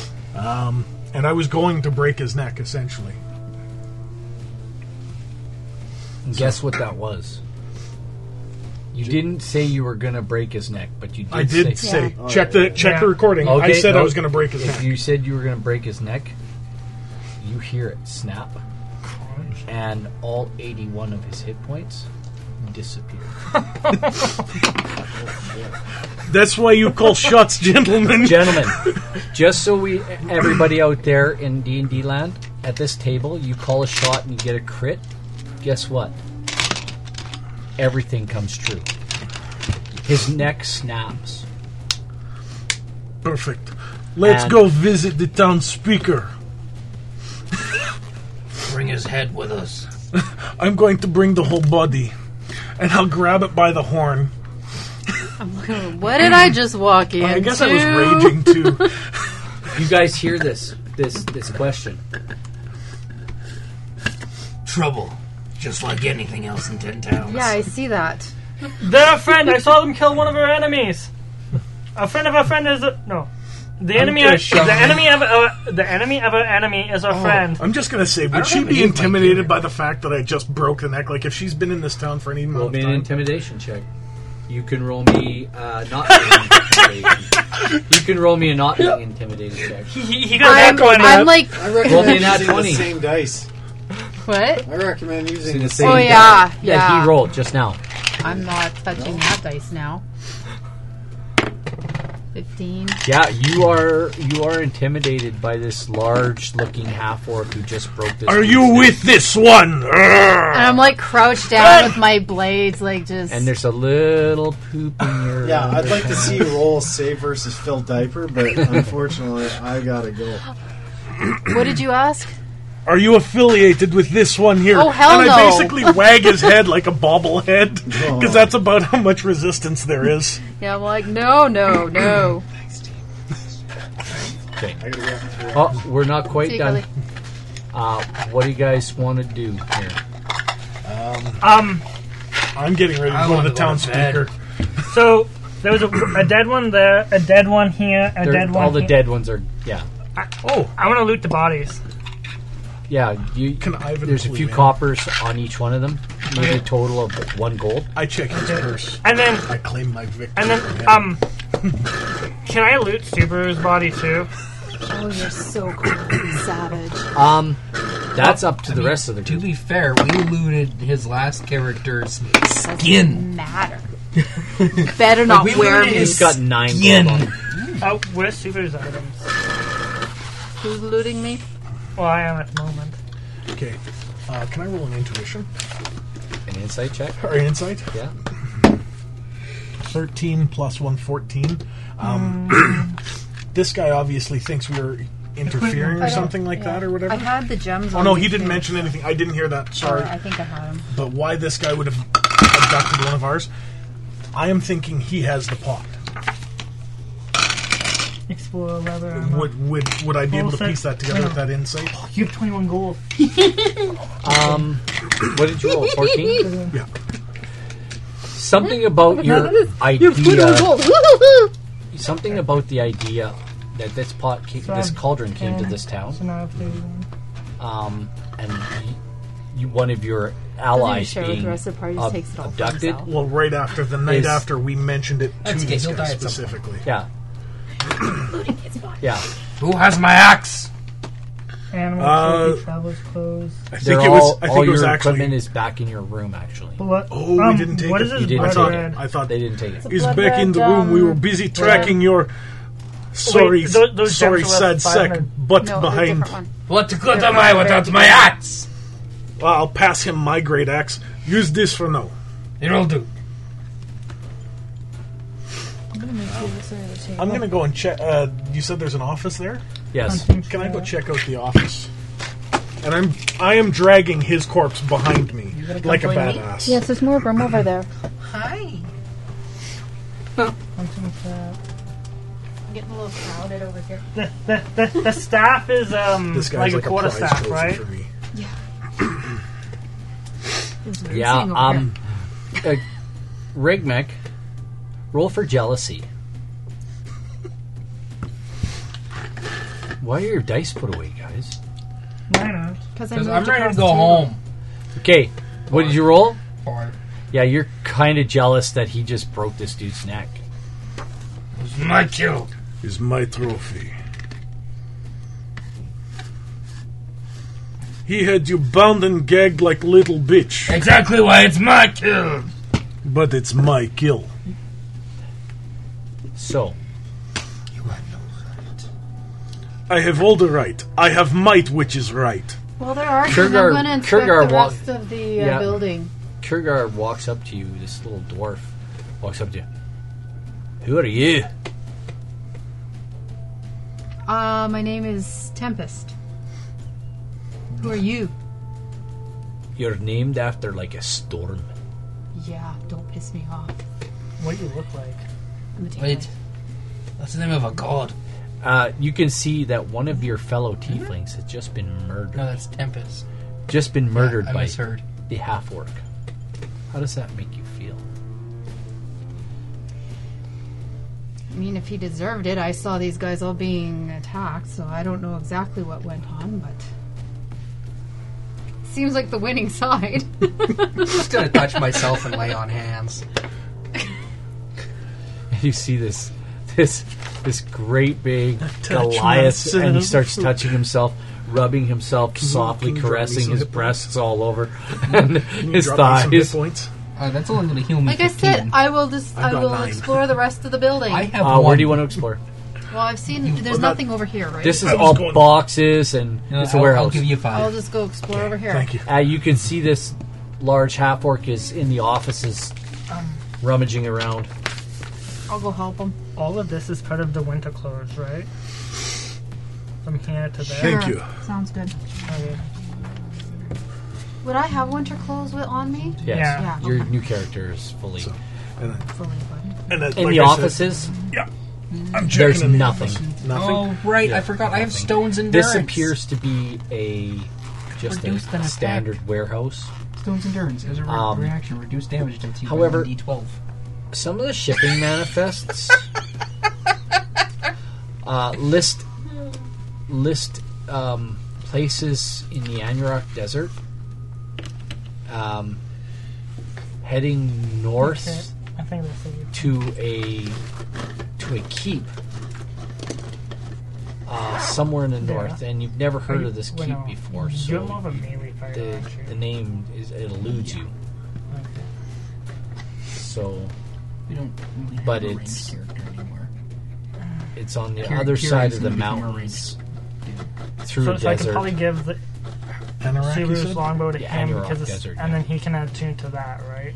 Speaker 4: And I was going to break his neck essentially.
Speaker 3: And Guess what that was. You didn't say you were gonna break his neck, but you did.
Speaker 4: I did
Speaker 3: say
Speaker 4: say
Speaker 9: Yeah.
Speaker 4: check the check the
Speaker 2: Yeah.
Speaker 4: recording. I
Speaker 3: Okay,
Speaker 4: said I
Speaker 3: no.
Speaker 4: was going to break his
Speaker 3: If
Speaker 4: neck.
Speaker 3: you said you were going to break his neck, you hear it snap, and all 81 of his hit points disappear.
Speaker 4: That's why you call shots, gentlemen.
Speaker 3: Gentlemen, just so we everybody out there in D and D land at this table, you call a shot and you get a crit. Guess what? Everything comes true. His neck snaps.
Speaker 4: Perfect. Let's
Speaker 3: And-
Speaker 4: go visit the town speaker.
Speaker 5: Bring his head with us.
Speaker 4: I'm going to bring the whole body, and I'll grab it by the horn.
Speaker 6: What did I just walk in?
Speaker 4: I guess I was raging too.
Speaker 3: You guys hear this this this question?
Speaker 5: Trouble. Just like anything else in Ten Towns.
Speaker 6: Yeah, I see that.
Speaker 2: they're a friend. I saw them kill one of our enemies. A friend of a friend is a no. The enemy,
Speaker 5: gonna
Speaker 2: of,
Speaker 5: shove
Speaker 2: the
Speaker 5: it.
Speaker 2: enemy of our, the enemy of our enemy is our friend.
Speaker 4: I'm just gonna say,
Speaker 5: don't
Speaker 4: would she
Speaker 5: have
Speaker 4: be
Speaker 5: any of my
Speaker 4: intimidated
Speaker 5: gear.
Speaker 4: by the fact that I just broke the neck? Like, if she's been in this town for any
Speaker 10: Roll
Speaker 4: amount
Speaker 10: me
Speaker 4: of
Speaker 10: an
Speaker 4: time,
Speaker 10: intimidation check. You can roll me uh, not being intimidated. You can roll me a not being intimidated check.
Speaker 2: He, he, he got
Speaker 6: I'm,
Speaker 2: that going
Speaker 6: I'm
Speaker 2: up.
Speaker 6: like,
Speaker 9: I
Speaker 10: Roll me
Speaker 9: recommend
Speaker 10: an ad
Speaker 9: using the
Speaker 10: 20.
Speaker 9: same dice.
Speaker 6: what?
Speaker 9: I recommend using
Speaker 10: the
Speaker 9: the
Speaker 10: same
Speaker 9: same.
Speaker 6: Oh yeah, yeah.
Speaker 3: Yeah, he rolled just now.
Speaker 6: I'm not touching that dice now. Fifteen.
Speaker 3: Yeah, you are you are intimidated by this large-looking half orc who just broke this.
Speaker 4: are you with this one? Urgh.
Speaker 6: And I'm like crouched down with my blades, like just.
Speaker 3: And there's a little poop in your.
Speaker 9: Yeah, I'd like to see you roll save versus Phil Diaper, but unfortunately, I gotta go.
Speaker 6: what did you ask?
Speaker 4: Are you affiliated with this one here?
Speaker 6: Oh, hell
Speaker 4: and I
Speaker 6: no.
Speaker 4: basically wag his head like a bobblehead
Speaker 9: Oh.
Speaker 4: because that's about how much resistance there is.
Speaker 6: Yeah, I'm like, no, no, no.
Speaker 3: Oh, we're not quite
Speaker 6: See you,
Speaker 3: done.
Speaker 6: Kelly.
Speaker 3: Uh, what do you guys want to do here?
Speaker 2: um,
Speaker 4: I'm getting ready to
Speaker 5: I
Speaker 4: go
Speaker 5: wanna
Speaker 4: to
Speaker 5: go
Speaker 4: the town
Speaker 5: to bed.
Speaker 4: speaker.
Speaker 2: so there was a, a dead one there, a dead one here, a
Speaker 3: They're-
Speaker 2: dead one.
Speaker 3: all the
Speaker 2: here.
Speaker 3: dead ones are. Yeah,
Speaker 4: Oh,
Speaker 2: I want to loot the bodies.
Speaker 3: yeah. You
Speaker 4: can Ivan?
Speaker 3: there's a
Speaker 4: clue
Speaker 3: few
Speaker 4: in?
Speaker 3: coppers on each one of them, maybe a total of one gold.
Speaker 4: I check his purse.
Speaker 2: And then
Speaker 4: I claim my victory.
Speaker 2: and then um, can I loot Subaru's body too?
Speaker 6: Oh, you're so cool, savage.
Speaker 3: Um, that's up to the rest of the
Speaker 5: To
Speaker 3: group.
Speaker 5: be fair, we looted his last character's skin.
Speaker 6: Matter. Better not
Speaker 5: we
Speaker 6: wear
Speaker 5: literally
Speaker 6: me.
Speaker 3: He's got nine
Speaker 5: Yin.
Speaker 3: gold. On.
Speaker 2: Uh, where's Subaru's items?
Speaker 6: Who's looting me?
Speaker 2: Well, I am at the moment.
Speaker 4: okay, uh, can I roll an intuition
Speaker 3: An insight check.
Speaker 4: or an insight?
Speaker 3: Yeah.
Speaker 4: Thirteen plus one, fourteen. Um,
Speaker 2: Mm.
Speaker 4: this guy obviously thinks we are interfering or something like that or
Speaker 6: I
Speaker 4: whatever.
Speaker 6: had the gems.
Speaker 4: Oh
Speaker 6: on
Speaker 4: no,
Speaker 6: me,
Speaker 4: he didn't
Speaker 6: too.
Speaker 4: mention anything. I didn't hear that. Sorry.
Speaker 6: Uh, I think I had him.
Speaker 4: but why this guy would have abducted one of ours, I am thinking he has the pot.
Speaker 2: Explore leather. armor.
Speaker 4: Would would would I be able to
Speaker 2: Full
Speaker 4: piece
Speaker 2: set.
Speaker 4: that together with that insight?
Speaker 2: You have 21 gold.
Speaker 3: Um, what did you roll? Fourteen.
Speaker 4: Yeah.
Speaker 3: Something about your
Speaker 4: uh,
Speaker 3: idea. Something about the idea that this pot, ca-
Speaker 2: So
Speaker 3: this
Speaker 2: I'm-
Speaker 3: cauldron came to
Speaker 2: and-
Speaker 3: this town.
Speaker 2: So now I have 31.
Speaker 3: um, and y- you, one of your allies
Speaker 6: share with
Speaker 3: being
Speaker 6: the rest of the party, just
Speaker 3: ab-
Speaker 6: takes it all for
Speaker 3: abducted.
Speaker 6: himself.
Speaker 4: Well, right after the night
Speaker 3: Is-
Speaker 4: after we mentioned it to
Speaker 5: That's okay,
Speaker 4: this
Speaker 5: he'll
Speaker 4: guy
Speaker 5: die at some point.
Speaker 4: specifically.
Speaker 3: Yeah, yeah.
Speaker 5: Who has my axe?
Speaker 2: Animal
Speaker 4: Uh,
Speaker 2: trophy, traveler's clothes.
Speaker 4: I
Speaker 3: They're
Speaker 4: think it
Speaker 3: all,
Speaker 4: was. I
Speaker 3: all
Speaker 4: think it
Speaker 3: your
Speaker 4: was
Speaker 3: equipment
Speaker 4: actually.
Speaker 3: is back in your room. Actually,
Speaker 2: Blood.
Speaker 4: Oh, we
Speaker 2: um,
Speaker 4: didn't take
Speaker 2: What
Speaker 4: it.
Speaker 2: is
Speaker 3: You
Speaker 2: this
Speaker 3: didn't
Speaker 4: I
Speaker 2: blood
Speaker 3: take
Speaker 4: thought.
Speaker 2: red?
Speaker 4: I thought
Speaker 3: they didn't take it.
Speaker 4: he's
Speaker 6: Blood
Speaker 4: back in
Speaker 6: red,
Speaker 4: the room. we were
Speaker 6: um,
Speaker 4: busy tracking your sorry,
Speaker 2: Wait, those- those
Speaker 4: sorry,
Speaker 2: gems are
Speaker 4: sad
Speaker 2: worth
Speaker 4: sack
Speaker 2: 500.
Speaker 4: butt
Speaker 6: No, a
Speaker 4: behind.
Speaker 6: different one.
Speaker 5: What good am I without my axe?
Speaker 4: Well, I'll pass him my great axe. Use this for now.
Speaker 5: It'll do.
Speaker 4: I'm gonna go and check. Uh, you said there's an office there.
Speaker 3: Yes,
Speaker 4: Can I go check out the office? And I'm I am dragging his corpse behind me like a badass.
Speaker 6: Yes, there's more room over there.
Speaker 5: Hi.
Speaker 6: I'm getting a little crowded over here.
Speaker 2: The, the, the staff is um
Speaker 4: This
Speaker 2: like,
Speaker 4: guy's
Speaker 2: a quarter
Speaker 4: prize
Speaker 2: staff,
Speaker 4: trophy
Speaker 2: right?
Speaker 4: for me.
Speaker 3: yeah. Um, uh, Rigmec, roll for jealousy. Why are your dice put away, guys?
Speaker 2: Why not?
Speaker 6: because
Speaker 5: Because I'm ready to go home.
Speaker 3: Okay, what did you roll?
Speaker 5: Or
Speaker 3: Yeah, you're kind of jealous that he just broke this dude's neck.
Speaker 5: it's my kill.
Speaker 4: Is my trophy. He had you bound and gagged like little bitch,
Speaker 5: Exactly why it's my kill.
Speaker 4: but it's my kill.
Speaker 3: So,
Speaker 4: I have all the right. I have might, which is right.
Speaker 6: Well, there are.
Speaker 3: Kurgar-
Speaker 6: I'm going to inspect
Speaker 3: Kurgar
Speaker 6: the
Speaker 3: wa-
Speaker 6: rest of the uh,
Speaker 3: Yeah.
Speaker 6: building.
Speaker 3: Kurgar walks up to you, this little dwarf walks up to you. Who are you?
Speaker 6: Uh, my name is Tempest. Who are you?
Speaker 3: You're named after like a storm.
Speaker 6: Yeah, don't piss me off.
Speaker 2: What you look like?
Speaker 6: I'm a tailor.
Speaker 5: Wait. That's the name of a god.
Speaker 3: Uh, you can see that one of your fellow tieflings has just been
Speaker 5: No,
Speaker 3: murdered.
Speaker 5: that's Tempest.
Speaker 3: Just been murdered
Speaker 5: I
Speaker 3: by
Speaker 5: misheard.
Speaker 3: the half orc. How does that make you feel?
Speaker 6: It mean, if he deserved it, I saw these guys all being attacked, so I don't know exactly what went on, but. Seems like the winning side.
Speaker 5: Just gonna touch myself and lay on hands.
Speaker 3: And you see this this this great big
Speaker 5: Touch
Speaker 3: Goliath, and he
Speaker 5: myself.
Speaker 3: starts touching himself, rubbing himself softly,
Speaker 5: can you drop me
Speaker 3: caressing
Speaker 5: some
Speaker 3: his
Speaker 5: hip
Speaker 3: breasts all over and
Speaker 5: you
Speaker 3: his
Speaker 5: drop me some hip
Speaker 3: thighs.
Speaker 5: Uh, that's only gonna heal me.
Speaker 6: Like I said, I will just
Speaker 5: I've
Speaker 6: I
Speaker 5: got
Speaker 6: will
Speaker 5: nine.
Speaker 6: explore the rest of the building.
Speaker 5: I have
Speaker 3: Uh,
Speaker 5: one.
Speaker 3: where do you want to explore?
Speaker 6: well, I've seen there's
Speaker 5: Well,
Speaker 6: nothing over here, right?
Speaker 3: This is
Speaker 5: I was
Speaker 3: all
Speaker 5: going-
Speaker 3: boxes and
Speaker 5: No,
Speaker 3: it's a
Speaker 5: Uh, I'll- I'll
Speaker 3: warehouse.
Speaker 5: give you five.
Speaker 6: I'll just go explore over here.
Speaker 3: you. Uh, you can see this large half orc is in the offices, rummaging around.
Speaker 6: I'll go help him.
Speaker 2: All of this is part of the winter clothes, right? From here to there.
Speaker 6: Sure. Sounds good.
Speaker 2: Okay.
Speaker 6: Would I have winter clothes with, on me?
Speaker 3: Yes,
Speaker 6: Yeah.
Speaker 3: your new character is fully
Speaker 6: Fully equipped.
Speaker 4: And then,
Speaker 3: in
Speaker 4: like
Speaker 3: the
Speaker 4: I said-
Speaker 3: offices.
Speaker 4: yeah, I'm checking
Speaker 3: there's
Speaker 4: in the
Speaker 3: nothing.
Speaker 4: office.
Speaker 5: Oh right,
Speaker 3: Yeah.
Speaker 5: I forgot. I have stones and
Speaker 3: This
Speaker 5: endurance.
Speaker 3: appears to be a just
Speaker 5: Reduced an
Speaker 3: a
Speaker 5: attack.
Speaker 3: standard warehouse.
Speaker 5: stones endurance as a re-
Speaker 3: Um,
Speaker 5: reaction, reduce damage until you
Speaker 3: however-
Speaker 5: D twelve.
Speaker 3: Some of the shipping manifests uh, list list um, places in the Anurak Desert, um, heading north
Speaker 2: I think that's it.
Speaker 3: to a to a keep uh, somewhere in the
Speaker 2: There.
Speaker 3: north, and you've never heard of this
Speaker 2: Well,
Speaker 3: keep before, so
Speaker 2: You're more of a melee fighter,
Speaker 3: the,
Speaker 2: aren't you?
Speaker 3: the name is it eludes you.
Speaker 5: Okay.
Speaker 3: So
Speaker 5: We don't really have
Speaker 3: But
Speaker 5: a ranged
Speaker 3: it's-
Speaker 5: character anymore.
Speaker 3: it's on the
Speaker 5: Cur-
Speaker 3: other side
Speaker 5: curious
Speaker 3: of the
Speaker 5: to become a
Speaker 3: mountains through
Speaker 2: So, so I could
Speaker 3: desert.
Speaker 2: probably give the
Speaker 4: Anorak, you
Speaker 2: Subaru's
Speaker 4: said?
Speaker 2: longbow to
Speaker 3: Yeah,
Speaker 2: him
Speaker 3: Anorak
Speaker 2: because it's,
Speaker 3: Desert,
Speaker 2: and then he can add two to that, right?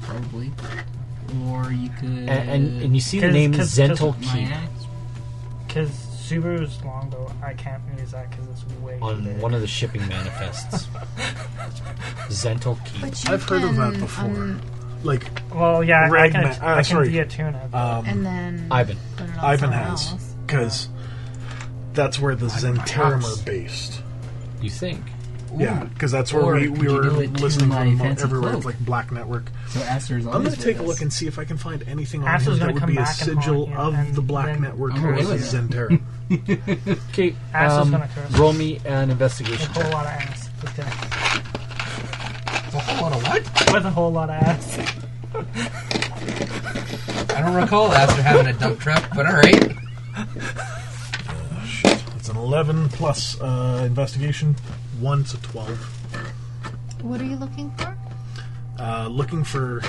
Speaker 5: Probably. Or you could.
Speaker 3: and, and, and you see the
Speaker 2: Cause-
Speaker 3: name
Speaker 2: cause-
Speaker 3: Zental
Speaker 2: cause-
Speaker 3: Keep
Speaker 2: Because Subaru's longbow, I can't use that because it's way too
Speaker 3: on
Speaker 2: big.
Speaker 3: one of the shipping manifests. Zental Keep.
Speaker 6: But you
Speaker 4: I've heard of that
Speaker 6: can,
Speaker 4: before.
Speaker 6: um,
Speaker 4: Like
Speaker 2: Well, yeah, I
Speaker 4: Red
Speaker 2: can,
Speaker 4: ma-
Speaker 3: Ah,
Speaker 2: I
Speaker 4: uh,
Speaker 2: can
Speaker 4: sorry.
Speaker 2: deattune it.
Speaker 3: Uh.
Speaker 4: um,
Speaker 6: and then
Speaker 3: Ivan.
Speaker 6: put it on
Speaker 4: Ivan
Speaker 6: someone
Speaker 4: has,
Speaker 6: else.
Speaker 4: because that's where the Zentarum are based.
Speaker 3: You think?
Speaker 5: Ooh,
Speaker 4: Yeah, because that's where
Speaker 5: Or
Speaker 4: we, we
Speaker 5: you
Speaker 4: were
Speaker 5: do it to
Speaker 4: listening
Speaker 5: my
Speaker 4: from
Speaker 5: fancy
Speaker 4: everywhere,
Speaker 5: cloak.
Speaker 4: like Black Network.
Speaker 5: So Aster's
Speaker 4: I'm
Speaker 5: always
Speaker 4: going to take
Speaker 5: with
Speaker 4: a
Speaker 5: us.
Speaker 4: look and see if I can find anything on
Speaker 2: Aster's
Speaker 4: him
Speaker 2: gonna
Speaker 4: that would
Speaker 2: come
Speaker 4: be a
Speaker 2: back and
Speaker 4: sigil
Speaker 2: haunt you,
Speaker 4: of
Speaker 2: and
Speaker 4: the Black
Speaker 2: then-
Speaker 4: Network
Speaker 5: I'm
Speaker 4: versus
Speaker 5: aware of
Speaker 4: Zentarum.
Speaker 3: Okay,
Speaker 2: Ash is
Speaker 3: um,
Speaker 2: gonna curse.
Speaker 3: roll me an
Speaker 2: With
Speaker 3: investigation.
Speaker 2: a whole lot of ass. Just kidding.
Speaker 5: A whole lot of what?
Speaker 2: With a whole lot of ass.
Speaker 5: I don't recall Aster having a dump truck, but alright.
Speaker 4: It's an 11 plus uh, investigation, 1 to 12.
Speaker 6: What are you looking for?
Speaker 4: Uh, looking for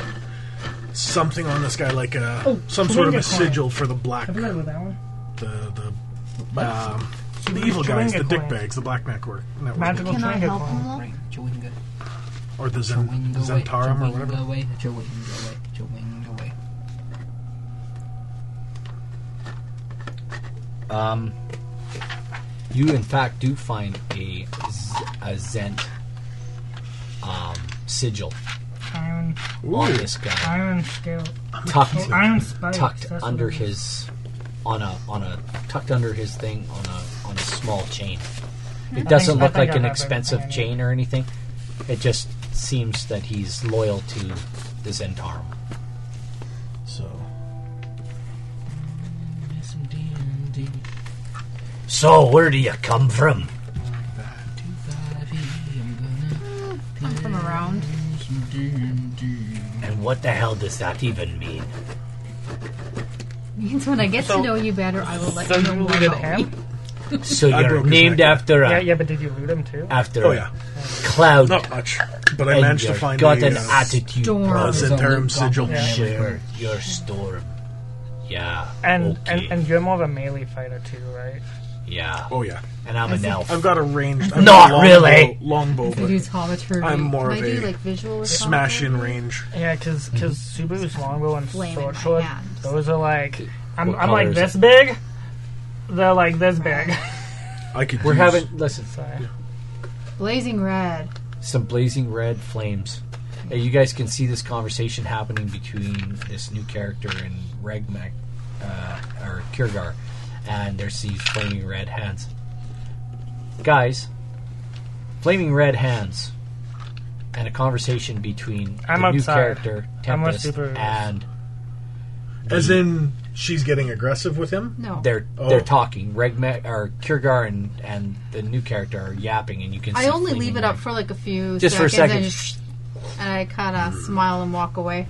Speaker 4: something on this guy, like a,
Speaker 2: Oh,
Speaker 4: some sort of
Speaker 2: Kalinga
Speaker 4: a
Speaker 2: coin.
Speaker 4: sigil for the Black,
Speaker 2: Have you
Speaker 4: the,
Speaker 2: heard of that one?
Speaker 4: the, um, the evil guys, the
Speaker 2: Kalinga
Speaker 4: dick
Speaker 2: coin.
Speaker 4: bags, the Black Network, network
Speaker 2: Magical
Speaker 6: Can I
Speaker 2: Kalinga
Speaker 6: help
Speaker 2: coin.
Speaker 6: him look?
Speaker 5: Right, Chewinga.
Speaker 4: or the Zen,
Speaker 5: Chewinga
Speaker 4: Zentarum
Speaker 5: away.
Speaker 4: or
Speaker 5: Chewinga
Speaker 4: whatever.
Speaker 5: away. Chewinga away. Chewinga away.
Speaker 3: Um, you, in fact, do find a, z- a Zent um, sigil
Speaker 2: Iron,
Speaker 3: on this guy,
Speaker 2: iron scale.
Speaker 3: tucked
Speaker 2: Oh, iron spikes.
Speaker 3: tucked
Speaker 2: that's what
Speaker 3: under
Speaker 2: it is.
Speaker 3: his on a on a tucked under his thing on a on a small chain. It
Speaker 2: I
Speaker 3: doesn't
Speaker 2: think- I
Speaker 3: look
Speaker 2: think
Speaker 3: like
Speaker 2: I
Speaker 3: an
Speaker 2: have
Speaker 3: expensive
Speaker 2: everything I
Speaker 3: chain or anything. It just seems that he's loyal to the Zentarum.
Speaker 4: So,
Speaker 5: Some D&D.
Speaker 3: So where do you come from?
Speaker 5: Five, two, five, eight. I'm gonna
Speaker 6: I'm from around.
Speaker 5: do some D&D.
Speaker 3: And what the hell does that even mean?
Speaker 6: Means when I get
Speaker 2: So-
Speaker 6: to know you better, I will let
Speaker 2: So
Speaker 6: you
Speaker 2: you
Speaker 6: know more
Speaker 2: looted
Speaker 6: about
Speaker 2: him?
Speaker 6: me.
Speaker 3: So
Speaker 4: I
Speaker 3: you're
Speaker 4: broke his
Speaker 3: named
Speaker 4: neck.
Speaker 3: after a
Speaker 2: Yeah, yeah, but did you loot him too?
Speaker 3: after
Speaker 4: oh yeah,
Speaker 3: a cloud.
Speaker 4: not much, but I
Speaker 3: and
Speaker 4: managed to
Speaker 3: you've
Speaker 4: find
Speaker 3: got
Speaker 4: a,
Speaker 3: an
Speaker 4: uh,
Speaker 3: attitude
Speaker 6: Storm.
Speaker 4: a
Speaker 3: problem.
Speaker 4: Zentarum
Speaker 5: There's a
Speaker 4: sigil.
Speaker 5: goblin
Speaker 3: Share
Speaker 5: everywhere.
Speaker 3: your storm. Yeah.
Speaker 2: And,
Speaker 3: okay.
Speaker 2: and and you're more of a melee fighter too, right?
Speaker 3: yeah.
Speaker 4: Oh yeah,
Speaker 3: And I'm an elf.
Speaker 4: I've got a ranged. I've
Speaker 3: Not
Speaker 4: got a
Speaker 3: really.
Speaker 4: Longbow,
Speaker 6: Could
Speaker 4: longbow
Speaker 6: use holiday.
Speaker 4: I'm more
Speaker 6: Can
Speaker 4: of
Speaker 6: I do
Speaker 4: a
Speaker 6: like visual
Speaker 4: but
Speaker 6: with
Speaker 4: smash in
Speaker 6: holiday?
Speaker 4: range.
Speaker 2: Yeah, because
Speaker 3: Mm-hmm.
Speaker 2: Subaru's longbow and
Speaker 6: Flame in
Speaker 2: sword
Speaker 6: my
Speaker 2: sword,
Speaker 6: hand.
Speaker 2: those are like I'm,
Speaker 3: What
Speaker 2: I'm
Speaker 3: color
Speaker 2: like
Speaker 3: is
Speaker 2: this big. They're like this big.
Speaker 4: I could.
Speaker 3: We're
Speaker 4: use-
Speaker 3: having listen
Speaker 2: Sorry.
Speaker 6: Blazing red.
Speaker 3: some blazing red flames. Uh, you guys can see this conversation happening between this new character and Regmac uh, or Kirgar, and there's these flaming red hands. Guys, flaming red hands, and a conversation between
Speaker 2: I'm
Speaker 3: the new
Speaker 2: outside.
Speaker 3: character
Speaker 2: I'm with
Speaker 3: Tempest
Speaker 2: Subaru.
Speaker 3: and
Speaker 4: As in, she's getting aggressive with him.
Speaker 6: No.
Speaker 3: They're
Speaker 4: Oh.
Speaker 3: they're talking. Regme or Kirgar and and the new character are yapping, and you can.
Speaker 6: I
Speaker 3: see
Speaker 6: only
Speaker 3: Fleeting
Speaker 6: leave it
Speaker 3: Reg.
Speaker 6: up for like a few
Speaker 3: Just for a
Speaker 6: seconds
Speaker 3: second.
Speaker 6: And, just, and I kind of smile and walk away.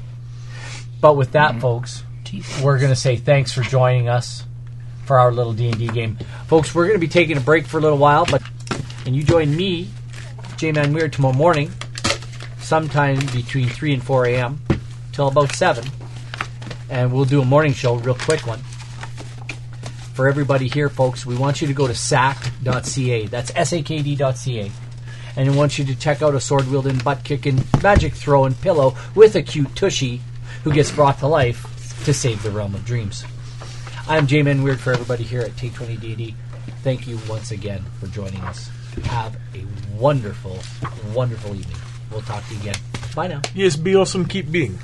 Speaker 3: But with that, folks, we're going to say thanks for joining us for our little D and D game, folks. We're going to be taking a break for a little while, but and you join me, J Man Weird, tomorrow morning, sometime between three and four a.m. till about seven, and we'll do a morning show, real quick one. For everybody here, folks, we want you to go to sacked.ca. That's sakd.ca. And we want you to check out a sword wielding, butt kicking, magic throwing pillow with a cute tushy who gets brought to life to save the realm of dreams. I'm J Man Weird for everybody here at T20DD. E. Thank you once again for joining us. Have a wonderful, wonderful evening. We'll talk to you again. Bye now.
Speaker 4: Yes, be awesome, keep being.